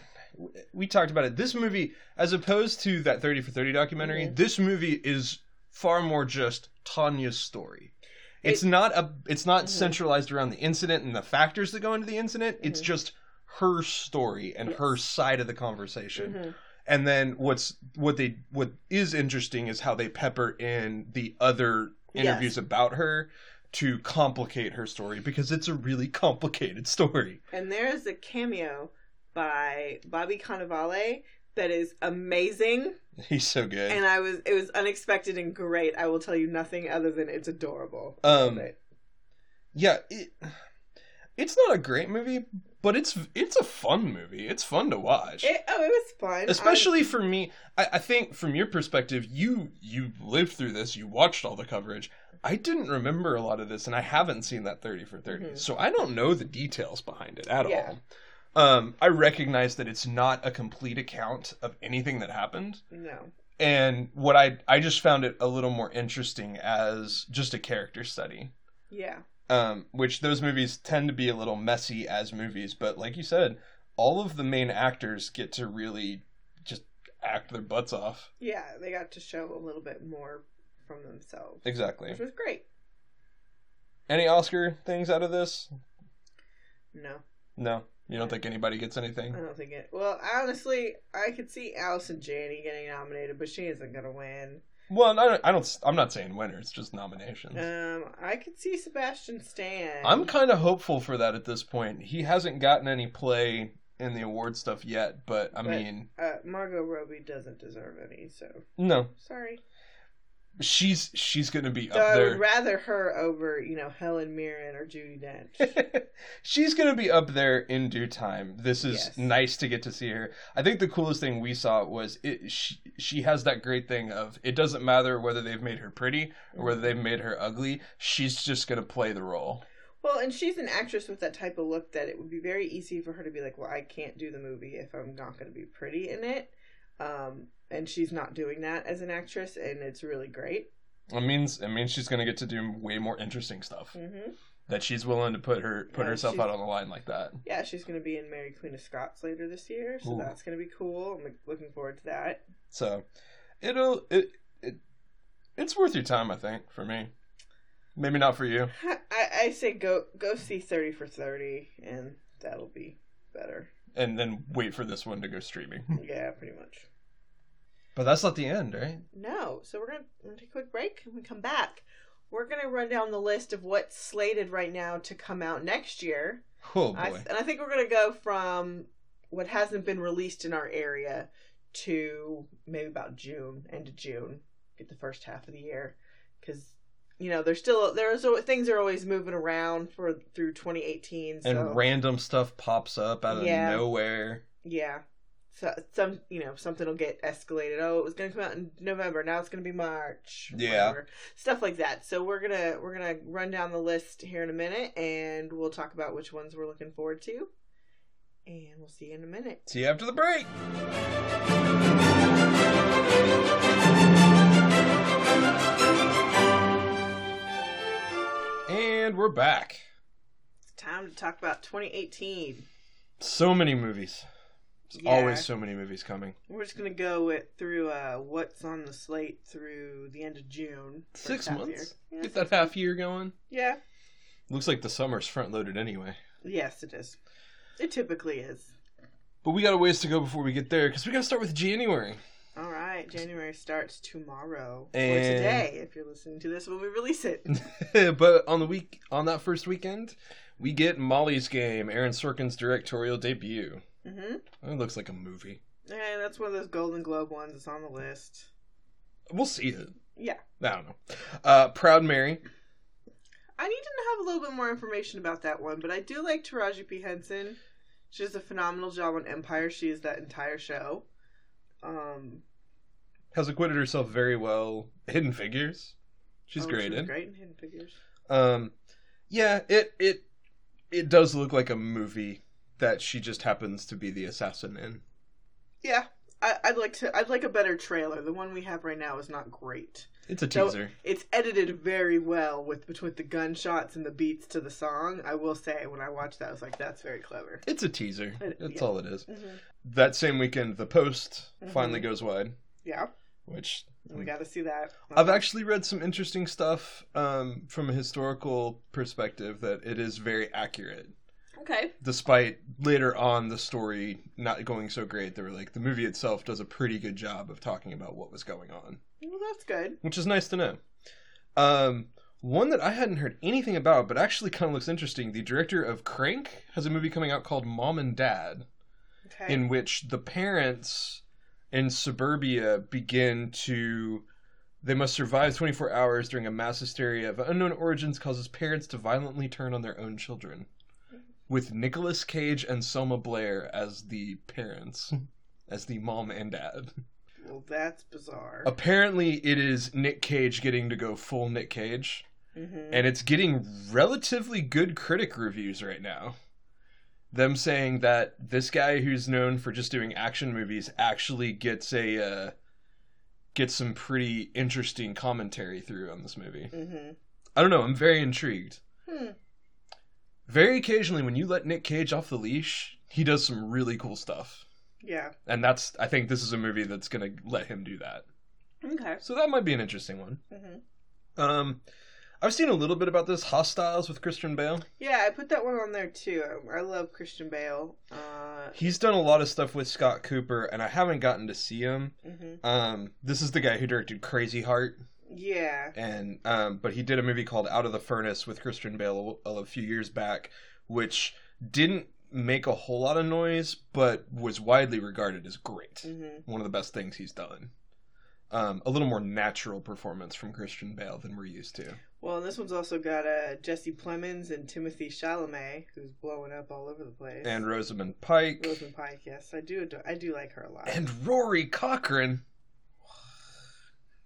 Speaker 3: we talked about it, this movie, as opposed to that thirty for thirty documentary,
Speaker 2: Mhm.
Speaker 3: this movie is far more just Tanya's story. It's
Speaker 2: It-
Speaker 3: not a. It's not
Speaker 2: Mhm.
Speaker 3: centralized around the incident and the factors that go into the incident. It's
Speaker 2: Mhm.
Speaker 3: just her story and
Speaker 2: Yes.
Speaker 3: her side of the conversation.
Speaker 2: Mhm.
Speaker 3: And then what's what they what is interesting is how they pepper in the other
Speaker 2: Yes.
Speaker 3: interviews about her to complicate her story because it's a really complicated story.
Speaker 2: And there's a cameo by Bobby Cannavale that is amazing.
Speaker 3: He's so good.
Speaker 2: And I was it was unexpected and great. I will tell you nothing other than it's adorable. I
Speaker 3: Um,
Speaker 2: love it.
Speaker 3: yeah, it, it's not a great movie, but it's it's a fun movie. It's fun to watch.
Speaker 2: It- oh, it was fun.
Speaker 3: especially for me I, I think from your perspective you you lived through this you watched all the coverage i didn't remember a lot of this and i haven't seen that 30 for 30
Speaker 2: Mhm.
Speaker 3: so i don't know the details behind it at
Speaker 2: Yeah.
Speaker 3: all um, i recognize that it's not a complete account of anything that happened
Speaker 2: Um, no.
Speaker 3: and what i i just found it a little more interesting as just a character study
Speaker 2: Yeah.
Speaker 3: um, which those movies tend to be a little messy as movies, but like you said, all of the main actors get to really just act their butts off.
Speaker 2: Yeah, they got to show a little bit more from themselves,
Speaker 3: Exactly.
Speaker 2: which was great.
Speaker 3: Any Oscar things out of this?
Speaker 2: No,
Speaker 3: No, you don't think anybody gets anything.
Speaker 2: I don't think it. Well, honestly, I could see Allison Janney getting nominated, but she isn't gonna win.
Speaker 3: Well, I don't. I don't I'm not saying winner. It's just nominations.
Speaker 2: Um, I could see Sebastian Stan.
Speaker 3: Mm-hmm. I'm kind of hopeful for that at this point. He hasn't gotten any play in the award stuff yet, but I
Speaker 2: But-
Speaker 3: mean,
Speaker 2: Uh, Margot Robbie doesn't deserve any, so
Speaker 3: no,
Speaker 2: sorry.
Speaker 3: she's she's gonna be
Speaker 2: so
Speaker 3: up
Speaker 2: I
Speaker 3: there.
Speaker 2: would rather her over, you know, Helen Mirren or Judy Dench.
Speaker 3: She's gonna be up there in due time. This is
Speaker 2: Yes.
Speaker 3: nice to get to see her. I think the coolest thing we saw was it. She, she has that great thing of it doesn't matter whether they've made her pretty or whether they've made her ugly. She's just gonna play the role.
Speaker 2: Well, and she's an actress with that type of look that it would be very easy for her to be like, well, I can't do the movie if I'm not going to be pretty in it. Um, and she's not doing that as an actress, and it's really great.
Speaker 3: It means it means she's gonna get to do way more interesting stuff.
Speaker 2: Mm-hmm.
Speaker 3: That she's willing to put her put
Speaker 2: Yeah,
Speaker 3: herself
Speaker 2: she's-
Speaker 3: out on the line like that.
Speaker 2: Yeah, she's going to be in Mary Queen of Scots later this year, so
Speaker 3: Ooh.
Speaker 2: that's going to be cool. I'm like, looking forward to that.
Speaker 3: So it'll it, it it's worth your time. I think for me, maybe not for you.
Speaker 2: I, I say go go see Thirty for Thirty, and that'll be better.
Speaker 3: And then wait for this one to go streaming.
Speaker 2: yeah, pretty much.
Speaker 3: But that's not the end, right?
Speaker 2: No. So we're gonna, we're gonna take a quick break and we come back. We're gonna run down the list of what's slated right now to come out next year.
Speaker 3: Oh
Speaker 2: I,
Speaker 3: boy.
Speaker 2: and I think we're gonna go from what hasn't been released in our area to maybe about June, end of June, get the first half of the year, because you know there's still there's al- things are always moving around for through 2018. So
Speaker 3: and random stuff pops up out of
Speaker 2: Yeah.
Speaker 3: nowhere.
Speaker 2: yeah. So some you know something will get escalated. Oh, it was gonna come out in November. Now it's gonna be March.
Speaker 3: Yeah.
Speaker 2: whatever. stuff like that. So we're gonna we're gonna run down the list here in a minute, and we'll talk about which ones we're looking forward to. And we'll see you in a minute.
Speaker 3: See you after the break. And we're back.
Speaker 2: It's time to talk about 2018.
Speaker 3: So many movies. There's
Speaker 2: Yeah.
Speaker 3: always so many movies coming.
Speaker 2: We're just gonna go with, through uh, what's on the slate through the end of June. first
Speaker 3: Six
Speaker 2: half year.
Speaker 3: months?
Speaker 2: Yeah, six-
Speaker 3: Get that half year going.
Speaker 2: yeah.
Speaker 3: Looks like the summer's front loaded anyway.
Speaker 2: Yes, it is. It typically is.
Speaker 3: But we got a ways to go before we get there because we got to start with January.
Speaker 2: All right, January starts tomorrow or
Speaker 3: And-
Speaker 2: today if you're listening to this when we release it.
Speaker 3: but on the week on that first weekend, we get Molly's Game, Aaron Sorkin's directorial debut.
Speaker 2: hmm
Speaker 3: It looks like a movie.
Speaker 2: And that's one of those Golden Globe ones that's on the list.
Speaker 3: We'll see it.
Speaker 2: Yeah,
Speaker 3: I don't know. Uh, Proud Mary.
Speaker 2: I need to have a little bit more information about that one, but I do like Taraji P Henson. She does a phenomenal job on Empire. She is that entire show. Um,
Speaker 3: has acquitted herself very well. Hidden Figures, she's
Speaker 2: oh,
Speaker 3: great
Speaker 2: She was
Speaker 3: in.
Speaker 2: great in Hidden Figures.
Speaker 3: Um, yeah, it it it does look like a movie that she just happens to be the assassin in.
Speaker 2: Yeah, I, I'd like to. I'd like a better trailer. The one we have right now is not great.
Speaker 3: It's a
Speaker 2: So-
Speaker 3: teaser.
Speaker 2: It's edited very well with between the gunshots and the beats to the song. I will say, when I watched that, I was like, "That's very clever."
Speaker 3: It's a teaser.
Speaker 2: It-
Speaker 3: That's
Speaker 2: Uh, yeah.
Speaker 3: all it is.
Speaker 2: Mm-hmm.
Speaker 3: That same weekend, The Post
Speaker 2: Mhm.
Speaker 3: finally goes wide,
Speaker 2: Yeah,
Speaker 3: which
Speaker 2: we got to see that. Uh,
Speaker 3: I've actually read some interesting stuff um, from a historical perspective that it is very accurate.
Speaker 4: Okay.
Speaker 3: despite later on the story not going so great. They were like, the movie itself does a pretty good job of talking about what was going on,
Speaker 2: Well, that's good.
Speaker 3: which is nice to know. Um, one that I hadn't heard anything about, but actually kind of looks interesting. The director of Crank has a movie coming out called Mom and Dad,
Speaker 2: Okay.
Speaker 3: in which the parents in suburbia begin to they must survive 24 hours during a mass hysteria of unknown origins causes parents to violently turn on their own children with Nicolas Cage and Selma Blair as the parents as the mom and dad
Speaker 2: well, that's bizarre.
Speaker 3: Oh. apparently it is Nick Cage getting to go full Nick Cage
Speaker 2: hmm
Speaker 3: and it's getting relatively good critic reviews right now. Them saying that this guy who's known for just doing action movies actually gets a uh, gets some pretty interesting commentary through on this movie.
Speaker 2: hmm
Speaker 3: I don't know. I'm very intrigued.
Speaker 4: Hmm.
Speaker 3: Very occasionally, when you let Nick Cage off the leash, he does some really cool stuff,
Speaker 2: Yeah.
Speaker 3: and that's I think this is a movie that's gonna let him do that.
Speaker 4: Okay.
Speaker 3: So that might be an interesting one.
Speaker 2: Mm-hmm.
Speaker 4: hmm
Speaker 3: Um, I've seen a little bit about this Hostiles with Christian Bale.
Speaker 2: Yeah, I put that one on there too. I, I love Christian Bale. Uh,
Speaker 3: He's done a lot of stuff with Scott Cooper, and I haven't gotten to see him.
Speaker 2: mhm.
Speaker 3: Um, this is the guy who directed Crazy Heart,
Speaker 2: Yeah.
Speaker 3: and um, but he did a movie called Out of the Furnace with Christian Bale a, a few years back, which didn't make a whole lot of noise, but was widely regarded as great.
Speaker 2: hmm
Speaker 3: One of the best things he's done. Um, a little more natural performance from Christian Bale than we're used to.
Speaker 2: Well, and this one's also got uh, Jesse Plemons and Timothy Chalamet, who's blowing up all over the place.
Speaker 3: And Rosamund Pike
Speaker 2: Rosamund Pike. Yes, I do. Adore, I do like her a lot.
Speaker 3: and Rory Cochrane.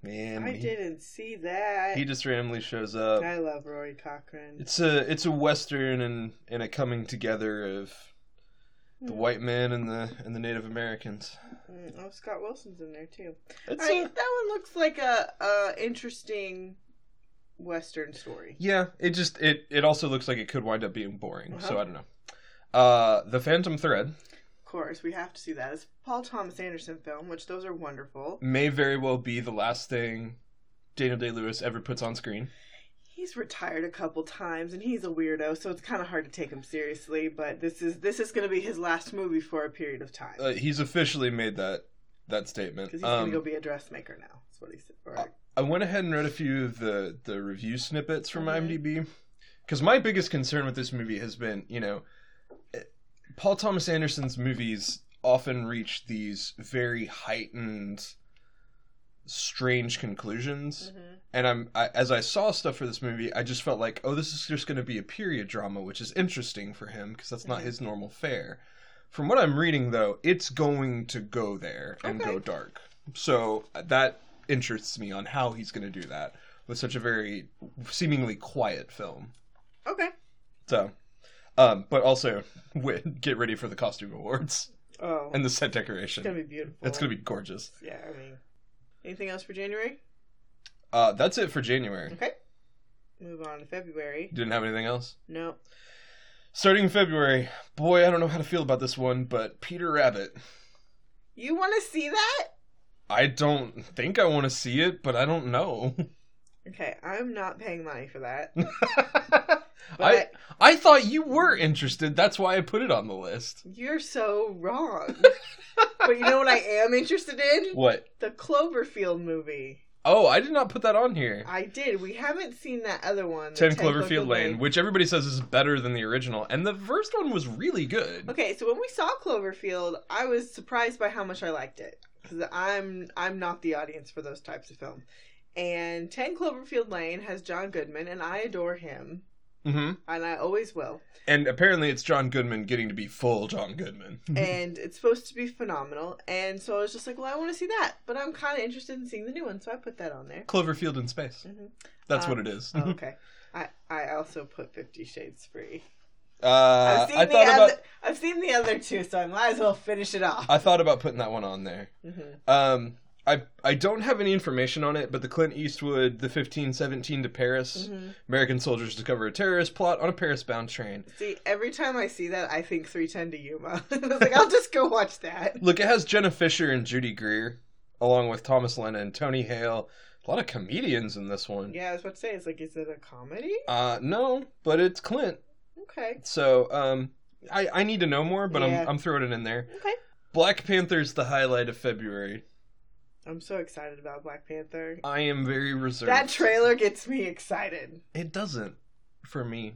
Speaker 3: Man,
Speaker 2: I
Speaker 3: he-
Speaker 2: didn't see that.
Speaker 3: he just randomly shows up.
Speaker 2: I love Rory Cochrane.
Speaker 3: It's a it's a western and and a coming together of the
Speaker 2: Mm-hmm.
Speaker 3: white man and the and the Native Americans.
Speaker 2: Hmm. Mm, oh, Scott Wilson's in there too.
Speaker 3: It's
Speaker 2: All right,
Speaker 3: a,
Speaker 2: that one looks like a, a interesting Western story.
Speaker 3: yeah. It just it it also looks like it could wind up being boring. So
Speaker 2: Uh-huh.
Speaker 3: I don't know. Uh, the Phantom Thread
Speaker 2: Of course, we have to see that. It's a Paul Thomas Anderson film, which those are wonderful.
Speaker 3: may very well be the last thing Daniel Day Lewis ever puts on screen.
Speaker 2: He's retired a couple times, and he's a weirdo, so it's kind of hard to take him seriously. But this is this is going to be his last movie for a period of time
Speaker 3: Uh,
Speaker 2: because
Speaker 3: he's officially made that that statement.
Speaker 2: he's
Speaker 3: Um, uh,
Speaker 2: going to go be a dressmaker now. That's what he said. Or,
Speaker 3: I went ahead and read a few of the the review snippets from
Speaker 2: Mhm.
Speaker 3: IMDb because my biggest concern with this movie has been, you know, eh, Paul Thomas Anderson's movies often reach these very heightened, strange conclusions,
Speaker 2: Mhm.
Speaker 3: and I'm I, as I saw stuff for this movie, I just felt like, oh, this is just going to be a period drama, which is interesting for him because that's not
Speaker 2: Mhm.
Speaker 3: his normal fare. From what I'm reading, though, it's going to go there and
Speaker 2: Okay.
Speaker 3: go dark. So uh, that interests me on how he's going to do that with such a very seemingly quiet film.
Speaker 2: Okay.
Speaker 3: So, um, but also wi- get ready for the costume awards
Speaker 2: Oh,
Speaker 3: and the set
Speaker 2: it's going
Speaker 3: decoration.
Speaker 2: to be beautiful.
Speaker 3: It's going to be gorgeous.
Speaker 2: Yeah, I mean, anything else for January?
Speaker 3: Uh, that's it for January.
Speaker 2: Okay. Move on to February.
Speaker 3: You didn't have anything else?
Speaker 2: No.
Speaker 3: Starting in February, boy, I don't know how to feel about this one, but Peter Rabbit.
Speaker 2: You want to see that?
Speaker 3: I don't think I want to see it, but I don't know.
Speaker 2: Okay, I'm not paying money for that.
Speaker 3: I
Speaker 2: But
Speaker 3: I thought you were interested. That's why I put it on the list.
Speaker 2: you're so wrong. but you know what I am interested in?
Speaker 3: What?
Speaker 2: The Cloverfield movie.
Speaker 3: Oh, I did not put that on here.
Speaker 2: I did. We haven't seen that other one. the
Speaker 3: 10 Cloverfield Lane, which everybody says is better than the original, and the first one was really good.
Speaker 2: Okay, so when we saw Cloverfield, I was surprised by how much I liked it because I'm I'm not the audience for those types of film. And 10 Cloverfield Lane has John Goodman, and I adore him,
Speaker 3: hmm
Speaker 2: and I always will.
Speaker 3: And apparently it's John Goodman getting to be full John Goodman.
Speaker 2: and it's supposed to be phenomenal. And so I was just like, well, I want to see that, but I'm kind of interested in seeing the new one, so I put that on there.
Speaker 3: Cloverfield in space.
Speaker 2: Mhm.
Speaker 3: That's
Speaker 2: Um,
Speaker 3: what it is. Mm-hmm.
Speaker 2: Oh, okay. I, I also put Fifty Shades Free.
Speaker 3: Uh,
Speaker 2: I've seen,
Speaker 3: I
Speaker 2: the
Speaker 3: thought about Uh,
Speaker 2: other, I've seen the other two, so I might as well finish it off.
Speaker 3: I thought about putting that one on there.
Speaker 2: hmm
Speaker 3: Um, I I don't have any information on it, but the Clint Eastwood, the fifteen seventeen to Paris,
Speaker 2: hmm
Speaker 3: American soldiers discover a terrorist plot on a Paris-bound train.
Speaker 2: See, every time I see that, I think 310 to Yuma. I was like, I'll just go watch that.
Speaker 3: Look, it has Jenna Fisher and Judy Greer, along with Thomas Lennon, Tony Hale, a lot of comedians in this one.
Speaker 2: Yeah, I was about to say, it's like, is it a comedy?
Speaker 3: Uh, no, but it's Clint,
Speaker 2: Okay.
Speaker 3: so um, I, I need to know more, but
Speaker 2: Yeah.
Speaker 3: I'm I'm throwing it in there.
Speaker 2: Okay.
Speaker 3: Black Panther's the highlight of February.
Speaker 2: I'm so excited about Black Panther.
Speaker 3: I am very reserved.
Speaker 2: That trailer gets me excited.
Speaker 3: it doesn't for me.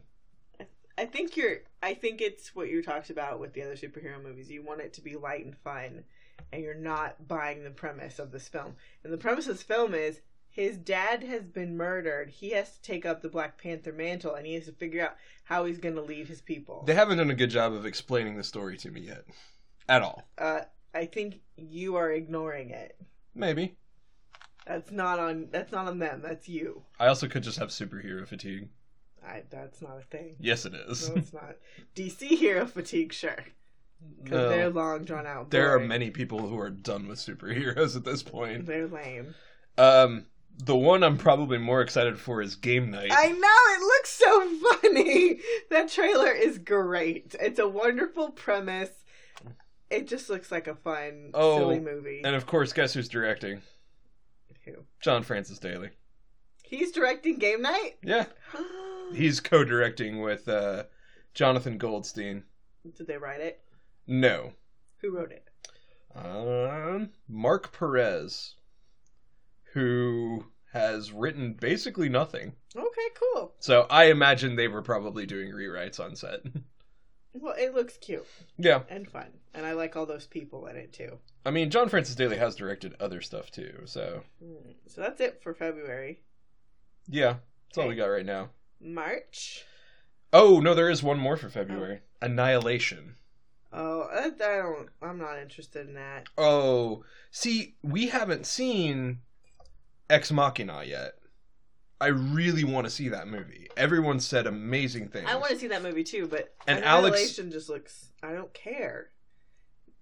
Speaker 2: I think you're. I think it's what you talked about with the other superhero movies. You want it to be light and fun, and you're not buying the premise of this film. And the premise of this film is his dad has been murdered. He has to take up the Black Panther mantle, and he has to figure out how he's going to leave his people.
Speaker 3: They haven't done a good job of explaining the story to me yet, at all.
Speaker 2: Uh, I think you are ignoring it.
Speaker 3: Maybe
Speaker 2: That's not on. That's not on them. That's you.
Speaker 3: I also could just have superhero fatigue.
Speaker 2: I, that's not a thing.
Speaker 3: Yes, it is.
Speaker 2: No, it's not. DC hero fatigue, sure. Because
Speaker 3: No.
Speaker 2: they're long drawn out.
Speaker 3: Oh. There are
Speaker 2: boring.
Speaker 3: many people who are done with superheroes at this point.
Speaker 2: They're lame.
Speaker 3: Um, the one I'm probably more excited for is Game Night.
Speaker 2: I know, it looks so funny. That trailer is great. It's a wonderful premise. It just looks like a fun,
Speaker 3: Oh,
Speaker 2: silly movie.
Speaker 3: And of course, guess who's directing?
Speaker 2: Who?
Speaker 3: John Francis Daly.
Speaker 2: He's directing Game Night?
Speaker 3: Yeah, he's co-directing with uh, Jonathan Goldstein.
Speaker 2: Did they write it?
Speaker 3: No,
Speaker 2: Who wrote it?
Speaker 3: um, Mark Perez, who has written basically nothing.
Speaker 2: Okay, cool.
Speaker 3: So I imagine they were probably doing rewrites on set.
Speaker 2: Well, it looks cute
Speaker 3: yeah,
Speaker 2: and fun. And I like all those people in it too.
Speaker 3: I mean John Francis Daly has directed other stuff too. So
Speaker 2: Mm, So that's it for February.
Speaker 3: yeah, that's all we got right now.
Speaker 2: March.
Speaker 3: Oh no, there is one more for February. Annihilation.
Speaker 2: Oh, I I don't. I'm not interested in that.
Speaker 3: Oh, see, we haven't seen Ex Machina yet. I really want to see that movie. Everyone said amazing things.
Speaker 2: I want to see that movie too, but
Speaker 3: And
Speaker 2: Annihilation just looks. I don't care.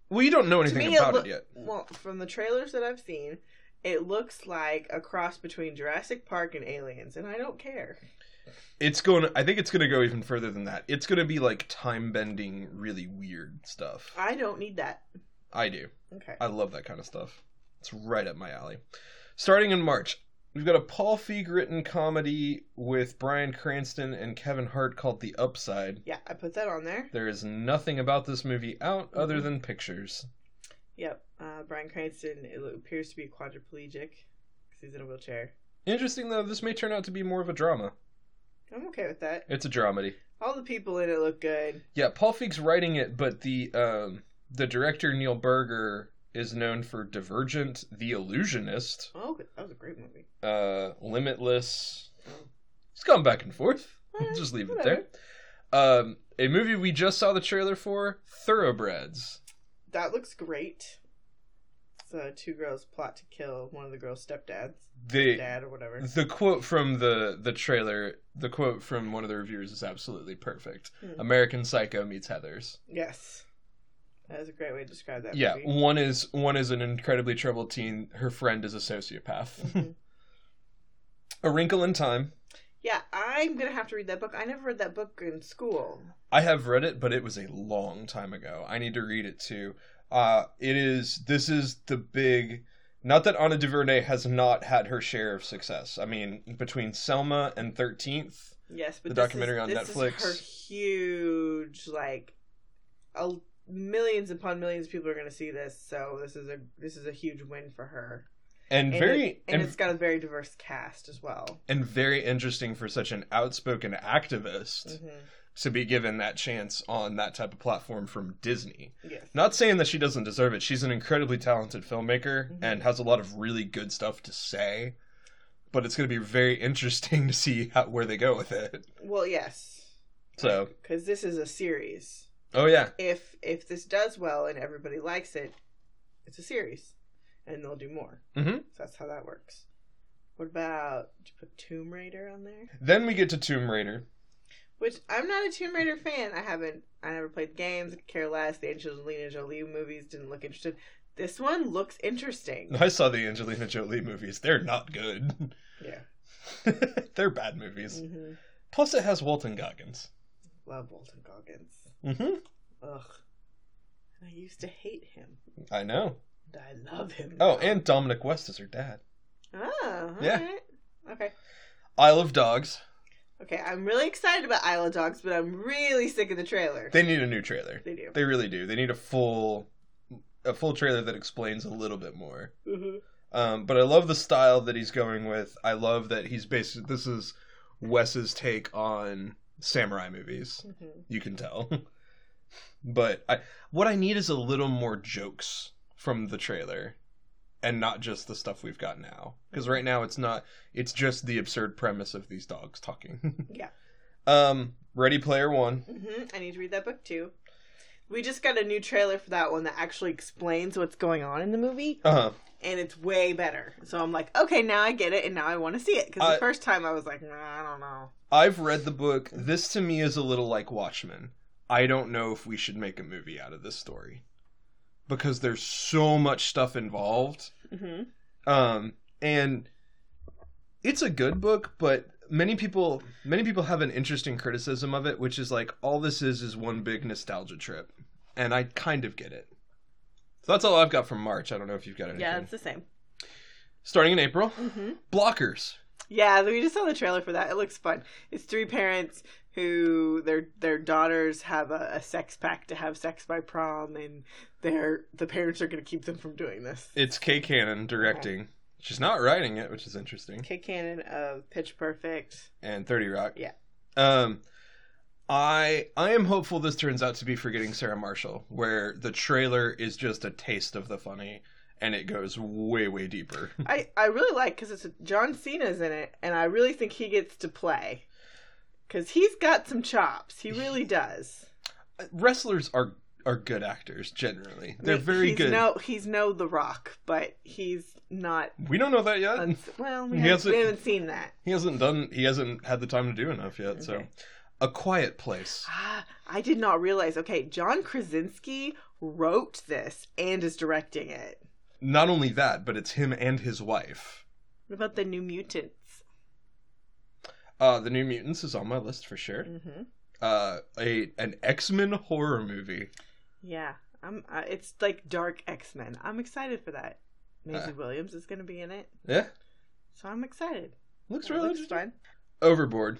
Speaker 3: Well, you don't know anything
Speaker 2: me, it
Speaker 3: about
Speaker 2: loo-
Speaker 3: it yet.
Speaker 2: Well, from the trailers that I've seen, it looks like a cross between Jurassic Park and Aliens, and I don't care.
Speaker 3: It's going. To, I think it's going to go even further than that. It's going to be like time bending, really weird stuff.
Speaker 2: I don't need that.
Speaker 3: I do.
Speaker 2: Okay.
Speaker 3: I love that kind of stuff. It's right up my alley. Starting in March, we've got a Paul Feig written comedy with Brian Cranston and Kevin Hart called The Upside.
Speaker 2: Yeah, I put that on there.
Speaker 3: There is nothing about this movie out other
Speaker 2: Mhm.
Speaker 3: than pictures.
Speaker 2: Yep. Uh, Brian Cranston it lo- appears to be quadriplegic because he's in a wheelchair.
Speaker 3: Interesting though, this may turn out to be more of a drama.
Speaker 2: I'm okay with that.
Speaker 3: It's a dramedy.
Speaker 2: All the people in it look good.
Speaker 3: Yeah, Paul Feig's writing it, but the um, the director Neil Berger is known for Divergent, The Illusionist,
Speaker 2: Oh, that was a great movie.
Speaker 3: uh, Limitless. It's gone back and forth.
Speaker 2: Alright,
Speaker 3: just leave
Speaker 2: whatever.
Speaker 3: it there. Um, a movie we just saw the trailer for, Thoroughbreds.
Speaker 2: That looks great. It's uh, two girls plot to kill one of the girls' stepdads,
Speaker 3: The
Speaker 2: dad or whatever.
Speaker 3: the quote from the the trailer, the quote from one of the reviewers is absolutely perfect.
Speaker 2: Hmm.
Speaker 3: American Psycho meets Heather's.
Speaker 2: Yes, that is a great way to describe that.
Speaker 3: Yeah,
Speaker 2: movie.
Speaker 3: one is one is an incredibly troubled teen. Her friend is a sociopath.
Speaker 2: Mhm.
Speaker 3: a Wrinkle in Time.
Speaker 2: Yeah, I'm gonna have to read that book. I never read that book in school.
Speaker 3: I have read it, but it was a long time ago. I need to read it too. Uh, it is this is the big. Not that Anna DuVernay has not had her share of success. I mean, between Selma and Thirteenth,
Speaker 2: Yes, but
Speaker 3: The
Speaker 2: this
Speaker 3: documentary
Speaker 2: is,
Speaker 3: on
Speaker 2: this
Speaker 3: Netflix.
Speaker 2: Is her huge, like, a, millions upon millions of people are gonna see this. So this is a this is a huge win for her.
Speaker 3: and,
Speaker 2: And
Speaker 3: very
Speaker 2: it- and,
Speaker 3: and,
Speaker 2: it's got a very diverse cast as well.
Speaker 3: and very interesting for such an outspoken activist
Speaker 2: Mhm.
Speaker 3: to be given that chance on that type of platform from Disney.
Speaker 2: Yes.
Speaker 3: Not saying that she doesn't deserve it. She's an incredibly talented filmmaker
Speaker 2: Mhm.
Speaker 3: and has a lot of really good stuff to say. But it's going to be very interesting to see how, where they go with it.
Speaker 2: Well, yes,
Speaker 3: So,
Speaker 2: because this is a series.
Speaker 3: oh yeah,
Speaker 2: If if this does well and everybody likes it, it's a series, and they'll do more.
Speaker 3: Mhm.
Speaker 2: So that's how that works. What about did you put Tomb Raider on there?
Speaker 3: then we get to Tomb Raider.
Speaker 2: Which I'm not a Tomb Raider fan. I haven't. I never played games. Care less. The Angelina Jolie movies didn't look interested. This one looks interesting.
Speaker 3: I saw the Angelina Jolie movies. They're not good.
Speaker 2: Yeah.
Speaker 3: They're bad movies.
Speaker 2: hmm
Speaker 3: Plus, it has Walton Goggins.
Speaker 2: Love Walton Goggins.
Speaker 3: Mm-hmm.
Speaker 2: Ugh. I used to hate him.
Speaker 3: I know.
Speaker 2: And I love him.
Speaker 3: Oh,
Speaker 2: now.
Speaker 3: and Dominic West is her dad.
Speaker 2: oh, all
Speaker 3: Yeah.
Speaker 2: right. Okay.
Speaker 3: Isle of Dogs.
Speaker 2: Okay, I'm really excited about Isle of Dogs, but I'm really sick of the trailer.
Speaker 3: They need a new trailer.
Speaker 2: They do.
Speaker 3: They really do. They need a full a full trailer that explains a little bit more.
Speaker 2: hmm
Speaker 3: Um, but I love the style that he's going with. I love that he's basically this is Wes's take on samurai movies.
Speaker 2: hmm
Speaker 3: You can tell. but I what I need is a little more jokes from the trailer and not just the stuff we've got now. Cuz right now it's not it's just the absurd premise of these dogs talking.
Speaker 2: Yeah.
Speaker 3: Um Ready Player 1.
Speaker 2: hmm I need to read that book too. We just got a new trailer for that one that actually explains what's going on in the movie,
Speaker 3: Uh-huh.
Speaker 2: and it's way better. So I'm like, okay, now I get it, and now I want to see it. Because
Speaker 3: I-
Speaker 2: the first time I was like, nah, I don't know.
Speaker 3: I've read the book. This to me is a little like Watchmen. I don't know if we should make a movie out of this story because there's so much stuff involved.
Speaker 2: hmm
Speaker 3: Um, and it's a good book, but many people many people have an interesting criticism of it, which is like all this is is one big nostalgia trip, and I kind of get it. So that's all I've got from March. I don't know if you've got anything.
Speaker 2: Yeah, it's the same.
Speaker 3: Starting in April,
Speaker 2: hmm
Speaker 3: Blockers.
Speaker 2: Yeah, we just saw the trailer for that. It looks fun. It's three parents who their their daughters have a, a sex pact to have sex by prom, and their the parents are going to keep them from doing this.
Speaker 3: It's Kay Cannon directing. She's not writing it, which is interesting.
Speaker 2: Kid Cannon of Pitch Perfect.
Speaker 3: and 30 Rock.
Speaker 2: Yeah.
Speaker 3: Um I I am hopeful this turns out to be Forgetting Sarah Marshall, where the trailer is just a taste of the funny and it goes way way deeper.
Speaker 2: I I really like because it's John Cena's in it, and I really think he gets to play because he's got some chops. He really does.
Speaker 3: Uh, Wrestlers are are good actors generally. They're
Speaker 2: I mean,
Speaker 3: very
Speaker 2: he's
Speaker 3: good.
Speaker 2: No, he's no The Rock, but he's not.
Speaker 3: we don't know that yet.
Speaker 2: uns- well, we
Speaker 3: He
Speaker 2: haven't,
Speaker 3: hasn't-
Speaker 2: we haven't seen that.
Speaker 3: He hasn't done he hasn't had the time to do enough yet, so
Speaker 2: Okay.
Speaker 3: A Quiet Place.
Speaker 2: Ah, I did not realize. Okay, John Krasinski wrote this and is directing it.
Speaker 3: Not only that, but it's him and his wife.
Speaker 2: What about the New Mutants?
Speaker 3: Uh, the New Mutants is on my list for sure.
Speaker 2: Mm-hmm.
Speaker 3: Uh, a an X Men horror movie.
Speaker 2: Yeah, I'm. Uh, it's like dark X Men. I'm excited for that. Maisie
Speaker 3: Uh.
Speaker 2: Williams is going to be in it,
Speaker 3: Yeah,
Speaker 2: so I'm excited.
Speaker 3: looks
Speaker 2: It
Speaker 3: really
Speaker 2: looks fun.
Speaker 3: interesting. Overboard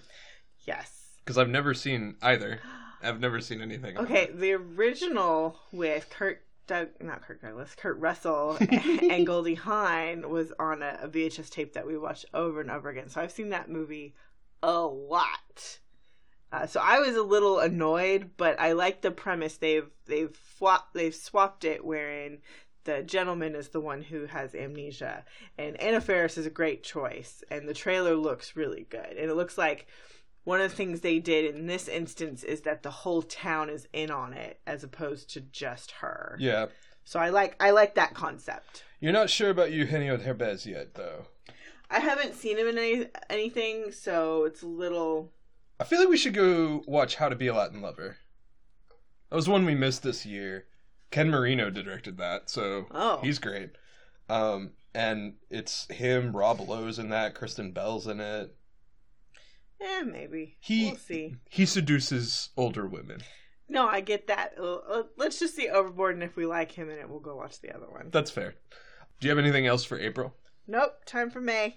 Speaker 2: Yes.
Speaker 3: because I've never seen either. I've never seen anything. about
Speaker 2: Okay,
Speaker 3: it.
Speaker 2: the original with Kurt Doug, not Kurt Douglas, Kurt Russell and Goldie Hawn was on a, a VHS tape that we watched over and over again. So I've seen that movie a lot. Uh, so I was a little annoyed, but I like the premise. They've they've swapped they've swapped it wherein the gentleman is the one who has amnesia, and Anna Faris is a great choice, and the trailer looks really good, and it looks like one of the things they did in this instance is that the whole town is in on it as opposed to just her.
Speaker 3: Yeah,
Speaker 2: So I like I like that concept.
Speaker 3: you're not sure about Eugenio Derbez yet, though.
Speaker 2: I haven't seen him in any, anything, so it's a little
Speaker 3: I feel like we should go watch How to Be a Latin Lover. That was one we missed this year. Ken Marino directed that, so
Speaker 2: oh
Speaker 3: he's great. Um, and it's him, Rob Lowe's in that, Kristen Bell's in it.
Speaker 2: eh, maybe
Speaker 3: He-
Speaker 2: we'll see.
Speaker 3: He seduces older women.
Speaker 2: No, I get that. Uh, uh, Let's just see Overboard, and if we like him in it, we'll go watch the other one.
Speaker 3: That's fair. Do you have anything else for April?
Speaker 2: nope, time for May.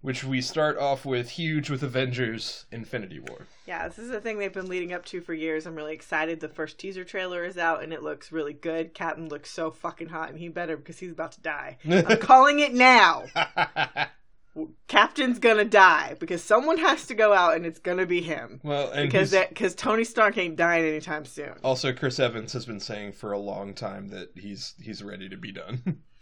Speaker 3: Which we start off with huge with Avengers Infinity War.
Speaker 2: Yeah, this is a thing they've been leading up to for years. I'm really excited. The first teaser trailer is out, and it looks really good. Captain looks so fucking hot, and he better because he's about to die. I'm calling it now. Captain's gonna die because someone has to go out, and it's gonna be him
Speaker 3: well, and
Speaker 2: because
Speaker 3: he's-
Speaker 2: that because Tony Stark ain't dying anytime soon.
Speaker 3: also Chris Evans has been saying for a long time that he's he's ready to be done.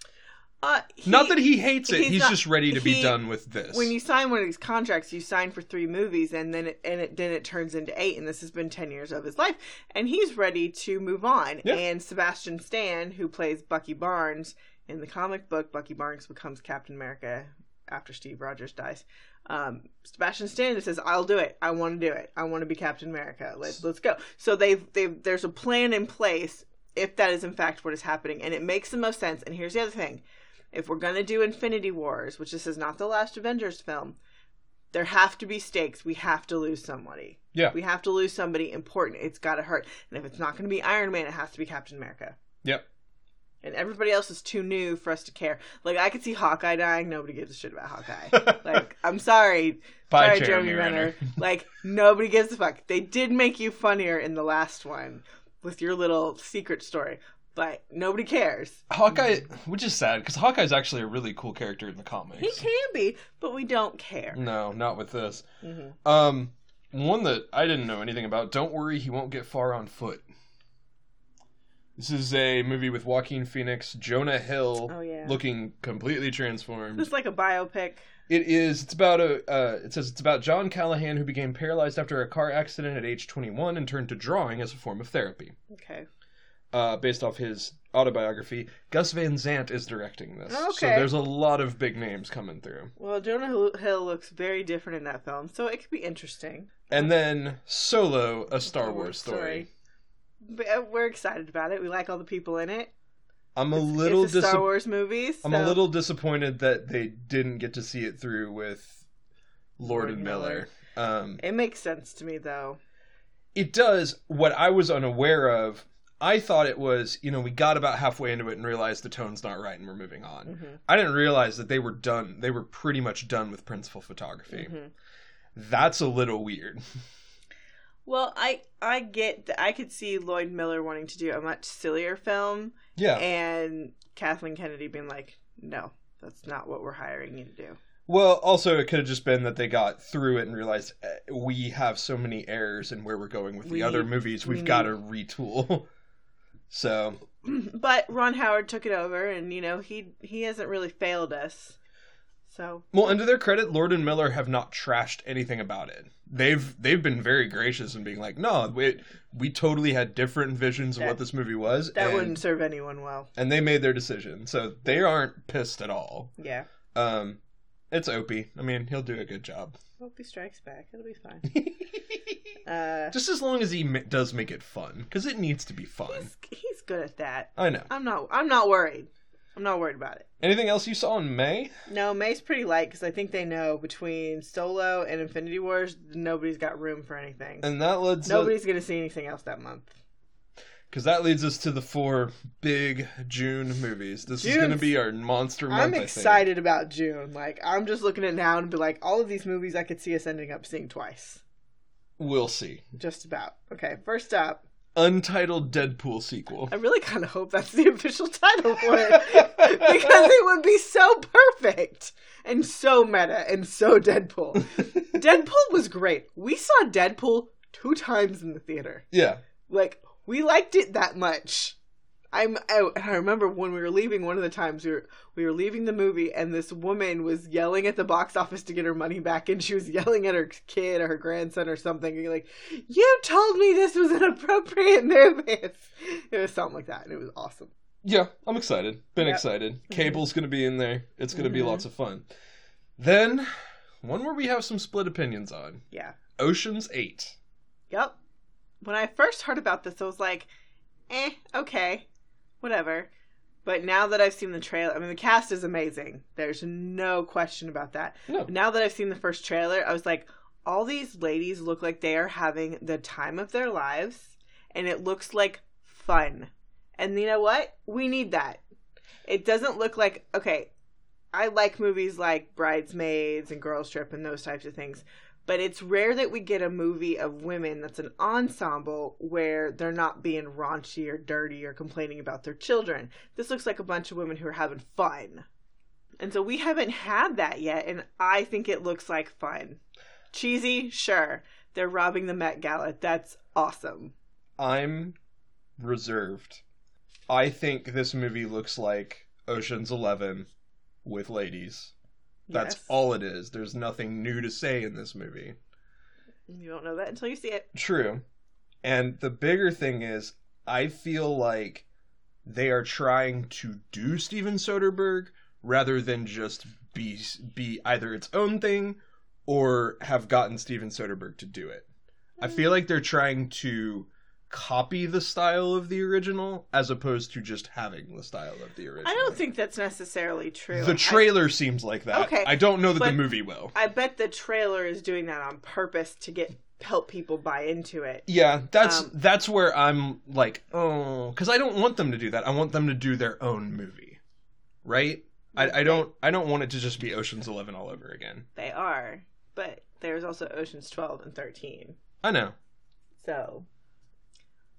Speaker 2: Uh, he-
Speaker 3: not that he hates it;
Speaker 2: he's
Speaker 3: he's,
Speaker 2: not-
Speaker 3: just ready to be
Speaker 2: he-
Speaker 3: done with this.
Speaker 2: when you sign one of these contracts, you sign for three movies, and then it, and it, then it turns into eight, and this has been ten years of his life, and he's ready to move on.
Speaker 3: Yeah.
Speaker 2: And Sebastian Stan, who plays Bucky Barnes in the comic book, Bucky Barnes becomes Captain America after Steve Rogers dies. Um, Sebastian Stan just says, "I'll do it. I want to do it. I want to be Captain America. Let's let's go." So they've they've there's a plan in place if that is in fact what is happening, and it makes the most sense. And here's the other thing: if we're gonna do Infinity Wars, which this is not the last Avengers film, there have to be stakes. We have to lose somebody.
Speaker 3: yeah,
Speaker 2: We have to lose somebody important. It's got to hurt. And if it's not going to be Iron Man, it has to be Captain America.
Speaker 3: yep.
Speaker 2: and everybody else is too new for us to care. Like I could see Hawkeye dying, nobody gives a shit about Hawkeye. like I'm sorry,
Speaker 3: Bye,
Speaker 2: sorry Jeremy Renner. like nobody gives a fuck. They did make you funnier in the last one with your little secret story, but nobody cares.
Speaker 3: Hawkeye, which is sad because Hawkeye's actually a really cool character in the
Speaker 2: He
Speaker 3: comics.
Speaker 2: can be, but we don't care.
Speaker 3: No, not with this.
Speaker 2: hmm
Speaker 3: Um, one that I didn't know anything about. Don't worry, he won't get far on foot. This is a movie with Joaquin Phoenix, Jonah Hill,
Speaker 2: Oh yeah,
Speaker 3: looking completely transformed.
Speaker 2: it's like a biopic.
Speaker 3: It is. It's about a. Uh, it says it's about John Callahan who became paralyzed after a car accident at age 21 and turned to drawing as a form of therapy.
Speaker 2: Okay,
Speaker 3: Uh, based off his autobiography, Gus Van Sant is directing this. So
Speaker 2: Okay.
Speaker 3: there's a lot of big names coming through.
Speaker 2: well Jonah Hill looks very different in that film, so it could be interesting.
Speaker 3: And then Solo, a
Speaker 2: Oh,
Speaker 3: Star Wars story.
Speaker 2: But, uh, We're excited about it. We like all the people in it.
Speaker 3: I'm a
Speaker 2: It's-
Speaker 3: little
Speaker 2: it's a Star
Speaker 3: disappointed.
Speaker 2: Wars movies.
Speaker 3: I'm a little disappointed that they didn't get to see it through with Lord,
Speaker 2: Lord
Speaker 3: and Miller.
Speaker 2: Miller.
Speaker 3: Um,
Speaker 2: It makes sense to me though.
Speaker 3: It does. What I was unaware of, I thought it was, you know, we got about halfway into it and realized the tone's not right and we're moving on.
Speaker 2: Mhm,
Speaker 3: I didn't realize that they were done. They were pretty much done with principal photography.
Speaker 2: mhm.
Speaker 3: That's a little weird.
Speaker 2: Well, I I get that I could see Lloyd Miller wanting to do a much sillier film,
Speaker 3: Yeah.
Speaker 2: and Kathleen Kennedy being like, "No, that's not what we're hiring you to do."
Speaker 3: well, also, it could have just been that they got through it and realized eh, we have so many errors in where we're going with the
Speaker 2: We-
Speaker 3: other movies.
Speaker 2: we
Speaker 3: We've got to retool. so,
Speaker 2: but Ron Howard took it over, and you know he he hasn't really failed us. So
Speaker 3: well, and to their credit, Lord and Miller have not trashed anything about it. They've they've been very gracious in being like, no, we we totally had different visions of
Speaker 2: That-
Speaker 3: what this movie was,
Speaker 2: that
Speaker 3: and,
Speaker 2: wouldn't serve anyone well.
Speaker 3: and they made their decision, so they aren't pissed at all.
Speaker 2: Yeah,
Speaker 3: Um, it's Opie. I mean, he'll do a good job,
Speaker 2: hope he strikes back. It'll be fine. Uh,
Speaker 3: just as long as he ma- does make it fun, because it needs to be fun.
Speaker 2: he's, he's good at that.
Speaker 3: I know.
Speaker 2: I'm not I'm not worried. I'm not worried about it.
Speaker 3: Anything else you saw in May?
Speaker 2: No, May's pretty light because I think they know between Solo and Infinity Wars, nobody's got room for anything.
Speaker 3: And that leads
Speaker 2: Nobody's gonna see anything else that month.
Speaker 3: because that leads us to the four big June movies. This is
Speaker 2: June's-
Speaker 3: going to be our monster month.
Speaker 2: I'm
Speaker 3: I think.
Speaker 2: excited about June. Like I'm just looking at now and be like, all of these movies I could see us ending up seeing twice.
Speaker 3: We'll see.
Speaker 2: Just about. Okay, first up,
Speaker 3: untitled Deadpool sequel.
Speaker 2: I really kind of hope that's the official title for it because it would be so perfect and so meta and so Deadpool. Deadpool was great. We saw Deadpool two times in the theater.
Speaker 3: yeah.
Speaker 2: Like we liked it that much. I'm I, I remember when we were leaving one of the times we were we were leaving the movie and this woman was yelling at the box office to get her money back and she was yelling at her kid or her grandson or something and you're like you told me this was an appropriate movie. It was something like that and it was awesome.
Speaker 3: Yeah, I'm excited. Been
Speaker 2: Yep.
Speaker 3: excited. Cable's going to be in there. It's going to be
Speaker 2: Mhm.
Speaker 3: lots of fun. Then, one where we have some split opinions on
Speaker 2: Yeah.
Speaker 3: Ocean's 8.
Speaker 2: Yep. When I first heard about this I was like eh okay whatever. But now that I've seen the trailer, I mean the cast is amazing. There's no question about that.
Speaker 3: No.
Speaker 2: now that I've seen the first trailer, I was like, all these ladies look like they are having the time of their lives, and it looks like fun. And you know what? We need that. It doesn't look like, okay, I like movies like Bridesmaids and Girls Trip and those types of things, but it's rare that we get a movie of women that's an ensemble where they're not being raunchy or dirty or complaining about their children. This looks like a bunch of women who are having fun. And so we haven't had that yet, and I think it looks like fun. Cheesy, sure. They're robbing the Met Gala. That's awesome.
Speaker 3: I'm reserved. I think this movie looks like Ocean's 11 with ladies. That's
Speaker 2: Yes.
Speaker 3: all it is. There's nothing new to say in this movie.
Speaker 2: You don't know that until you see it.
Speaker 3: True. And the bigger thing is, I feel like they are trying to do Steven Soderbergh rather than just be be either its own thing or have gotten Steven Soderbergh to do it. I
Speaker 2: Mm.
Speaker 3: feel like they're trying to copy the style of the original as opposed to just having the style of the original.
Speaker 2: I don't think that's necessarily true.
Speaker 3: the trailer seems like that.
Speaker 2: Okay,
Speaker 3: I don't know that the
Speaker 2: but-
Speaker 3: movie will.
Speaker 2: I, I bet the trailer is doing that on purpose to get help people buy into it.
Speaker 3: Yeah, that's
Speaker 2: Um,
Speaker 3: that's where I'm like, oh, because I don't want them to do that. I want them to do their own movie, right? I, I don't I don't want it to just be Ocean's Eleven all over again.
Speaker 2: They are, but there's also Oceans 12 and 13.
Speaker 3: I know.
Speaker 2: So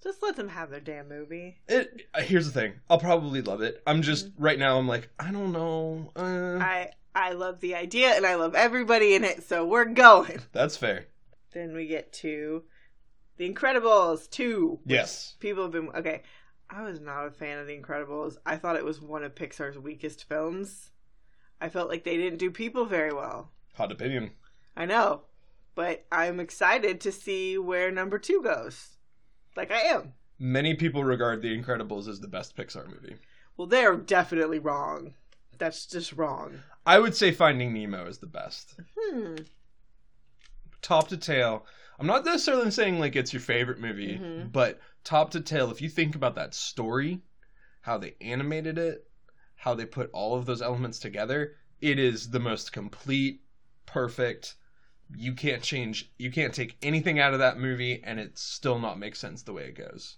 Speaker 2: just let them have their damn movie.
Speaker 3: It uh, here's the thing. I'll probably love it. I'm just right now. I'm like, I don't know. Uh,
Speaker 2: Mm-hmm. I I love the idea and I love everybody in it, so we're going.
Speaker 3: that's fair.
Speaker 2: Then we get to The Incredibles 2.
Speaker 3: Yes.
Speaker 2: People have been okay. I was not a fan of The Incredibles. I thought it was one of Pixar's weakest films. I felt like they didn't do people very well.
Speaker 3: Hot opinion.
Speaker 2: I know, but I'm excited to see where number two goes. Like I am.
Speaker 3: Many people regard The Incredibles as the best Pixar movie.
Speaker 2: Well, they're definitely wrong. That's just wrong.
Speaker 3: I would say Finding Nemo is the best,
Speaker 2: Hmm.
Speaker 3: top to tail. I'm not necessarily saying like it's your favorite movie,
Speaker 2: Mhm.
Speaker 3: but top to tail. If you think about that story, how they animated it, how they put all of those elements together, it is the most complete, perfect. You can't change. You can't take anything out of that movie, and it still not make sense the way it goes.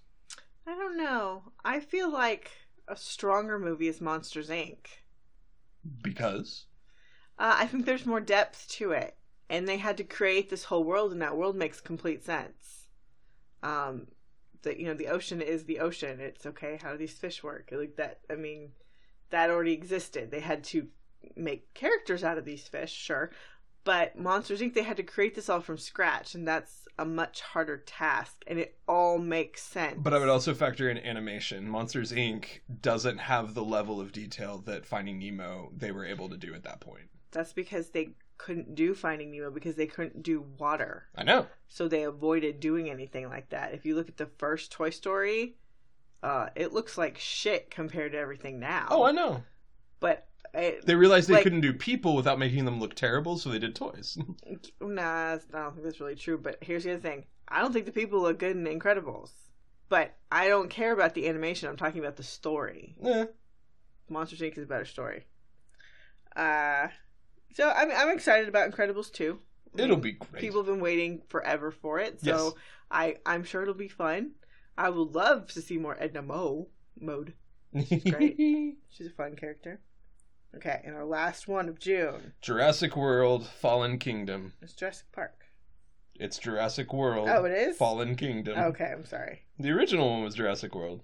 Speaker 2: I don't know. I feel like a stronger movie is Monsters Inc.
Speaker 3: Because
Speaker 2: Uh, I think there's more depth to it, and they had to create this whole world, and that world makes complete sense. Um, that you know, the ocean is the ocean. It's okay. How do these fish work? Like that. I mean, that already existed. They had to make characters out of these fish, sure, but Monsters Inc. They had to create this all from scratch, and that's a much harder task. And it all makes sense.
Speaker 3: But I would also factor in animation. Monsters Inc. doesn't have the level of detail that Finding Nemo they were able to do at that point.
Speaker 2: That's because they couldn't do Finding Nemo because they couldn't do water.
Speaker 3: I know.
Speaker 2: so they avoided doing anything like that. If you look at the first Toy Story, uh, it looks like shit compared to everything now.
Speaker 3: Oh, I know.
Speaker 2: but it,
Speaker 3: They realized they
Speaker 2: Like-
Speaker 3: couldn't do people without making them look terrible, so they did toys.
Speaker 2: nah, I don't think that's really true. But here's the other thing: I don't think the people look good in Incredibles. But I don't care about the animation. I'm talking about the story.
Speaker 3: yeah.
Speaker 2: Monsters Inc. is a better story. Uh, so I'm I'm excited about Incredibles 2. I
Speaker 3: It'll
Speaker 2: mean,
Speaker 3: be great.
Speaker 2: people have been waiting forever for it so
Speaker 3: Yes.
Speaker 2: i i'm sure it'll be fun i would love to see more edna mo mode great. she's a fun character okay and our last one of june
Speaker 3: Jurassic World Fallen Kingdom.
Speaker 2: is jurassic park
Speaker 3: It's Jurassic World
Speaker 2: oh it is
Speaker 3: Fallen Kingdom.
Speaker 2: okay i'm sorry
Speaker 3: The original one was Jurassic World.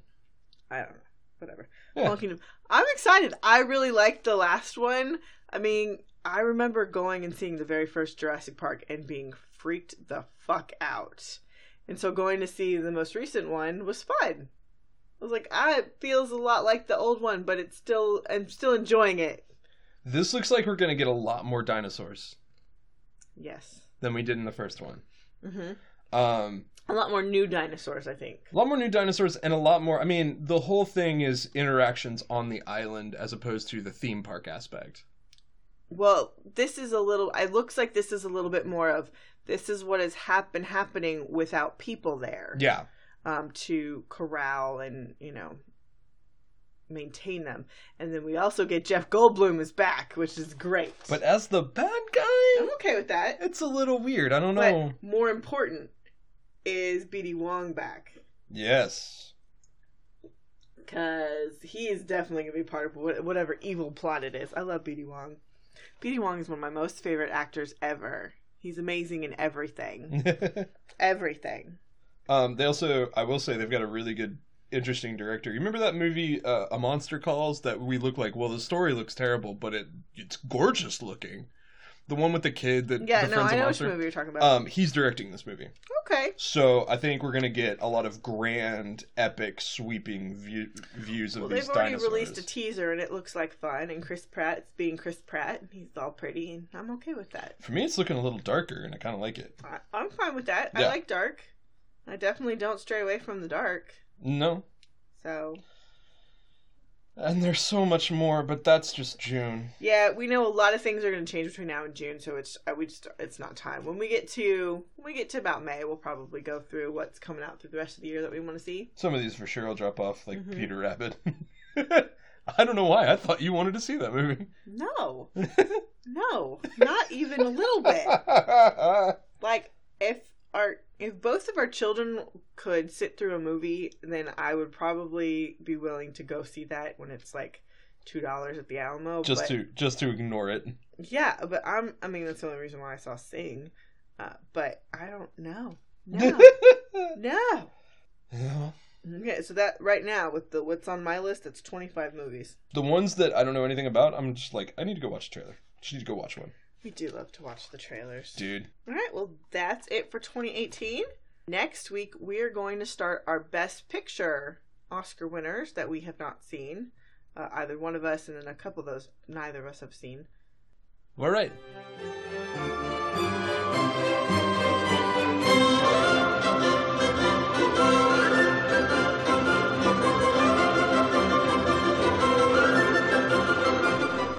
Speaker 2: i don't know whatever
Speaker 3: Yeah.
Speaker 2: Fallen Kingdom. i'm excited i really liked the last one i mean i remember going and seeing the very first jurassic park and being freaked the fuck out and so going to see the most recent one was fun I was like, ah, it feels a lot like the old one, but it's still I'm still enjoying it.
Speaker 3: This looks like we're going to get a lot more dinosaurs
Speaker 2: Yes.
Speaker 3: than we did in the first one.
Speaker 2: hmm
Speaker 3: Um,
Speaker 2: A lot more new dinosaurs, I think.
Speaker 3: A lot more new dinosaurs and a lot more. I mean, the whole thing is interactions on the island as opposed to the theme park aspect.
Speaker 2: Well, this is a little. It looks like this is a little bit more of this is what has hap- been happening without people there.
Speaker 3: Yeah.
Speaker 2: Um, to corral and you know maintain them, and then we also get Jeff Goldblum is back, which is great.
Speaker 3: But as the bad guy,
Speaker 2: I'm okay with that.
Speaker 3: it's a little weird. I don't know.
Speaker 2: But more important is BD Wong back.
Speaker 3: Yes.
Speaker 2: Because he is definitely going to be part of what, whatever evil plot it is. I love BD Wong. BD Wong is one of my most favorite actors ever. He's amazing in
Speaker 3: Mm.
Speaker 2: everything. Everything.
Speaker 3: um, they also, I will say, they've got a really good, interesting director. You remember that movie, uh, A Monster Calls, that we look like, well, the story looks terrible, but it it's gorgeous looking. The one with the kid that
Speaker 2: Yeah,
Speaker 3: the
Speaker 2: no,
Speaker 3: friend's
Speaker 2: I
Speaker 3: a
Speaker 2: know which
Speaker 3: monster.
Speaker 2: movie you're talking about.
Speaker 3: Um, he's directing this movie.
Speaker 2: okay.
Speaker 3: So I think we're gonna get a lot of grand, epic, sweeping view- views of
Speaker 2: Well,
Speaker 3: these
Speaker 2: they've already
Speaker 3: dinosaurs.
Speaker 2: released a teaser and it looks like fun. And Chris Pratt's being Chris Pratt. And he's all pretty. And I'm okay with that.
Speaker 3: For me, it's looking a little darker, and I kind of like it.
Speaker 2: I, I'm fine with that. I
Speaker 3: Yeah.
Speaker 2: like dark. I definitely don't stray away from the dark.
Speaker 3: No,
Speaker 2: So,
Speaker 3: and there's so much more, but that's just June.
Speaker 2: Yeah, we know a lot of things are going to change between now and June, so it's uh, we just it's not time. When we get to when we get to about May, we'll probably go through what's coming out through the rest of the year that we want to see.
Speaker 3: Some of these for sure will drop off, like
Speaker 2: Mhm.
Speaker 3: Peter Rabbit. I don't know why. I thought you wanted to see that movie.
Speaker 2: No, no, not even a little bit. Like if our if both of our children could sit through a movie, then I would probably be willing to go see that when it's like two dollars at the Alamo.
Speaker 3: Just
Speaker 2: but,
Speaker 3: to just to ignore it.
Speaker 2: yeah, but I'm I mean that's the only reason why I saw Sing, uh, but I don't know. No, no.
Speaker 3: Yeah.
Speaker 2: Okay, so that right now with the what's on my list, it's twenty five movies.
Speaker 3: the ones that I don't know anything about, I'm just like, I need to go watch a trailer. Just need to go watch one,
Speaker 2: We do love to watch the trailers.
Speaker 3: dude.
Speaker 2: All right, well, that's it for 2018. Next week, we're going to start our Best Picture Oscar winners that we have not seen. Uh, either one of us, and then a couple of those neither of us have seen.
Speaker 3: All right.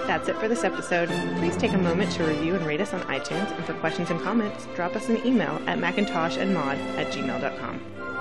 Speaker 2: That's it for this episode. Please take a moment to review and rate us on iTunes, and for questions and comments, drop us an email at macintosh and mod at gmail.com.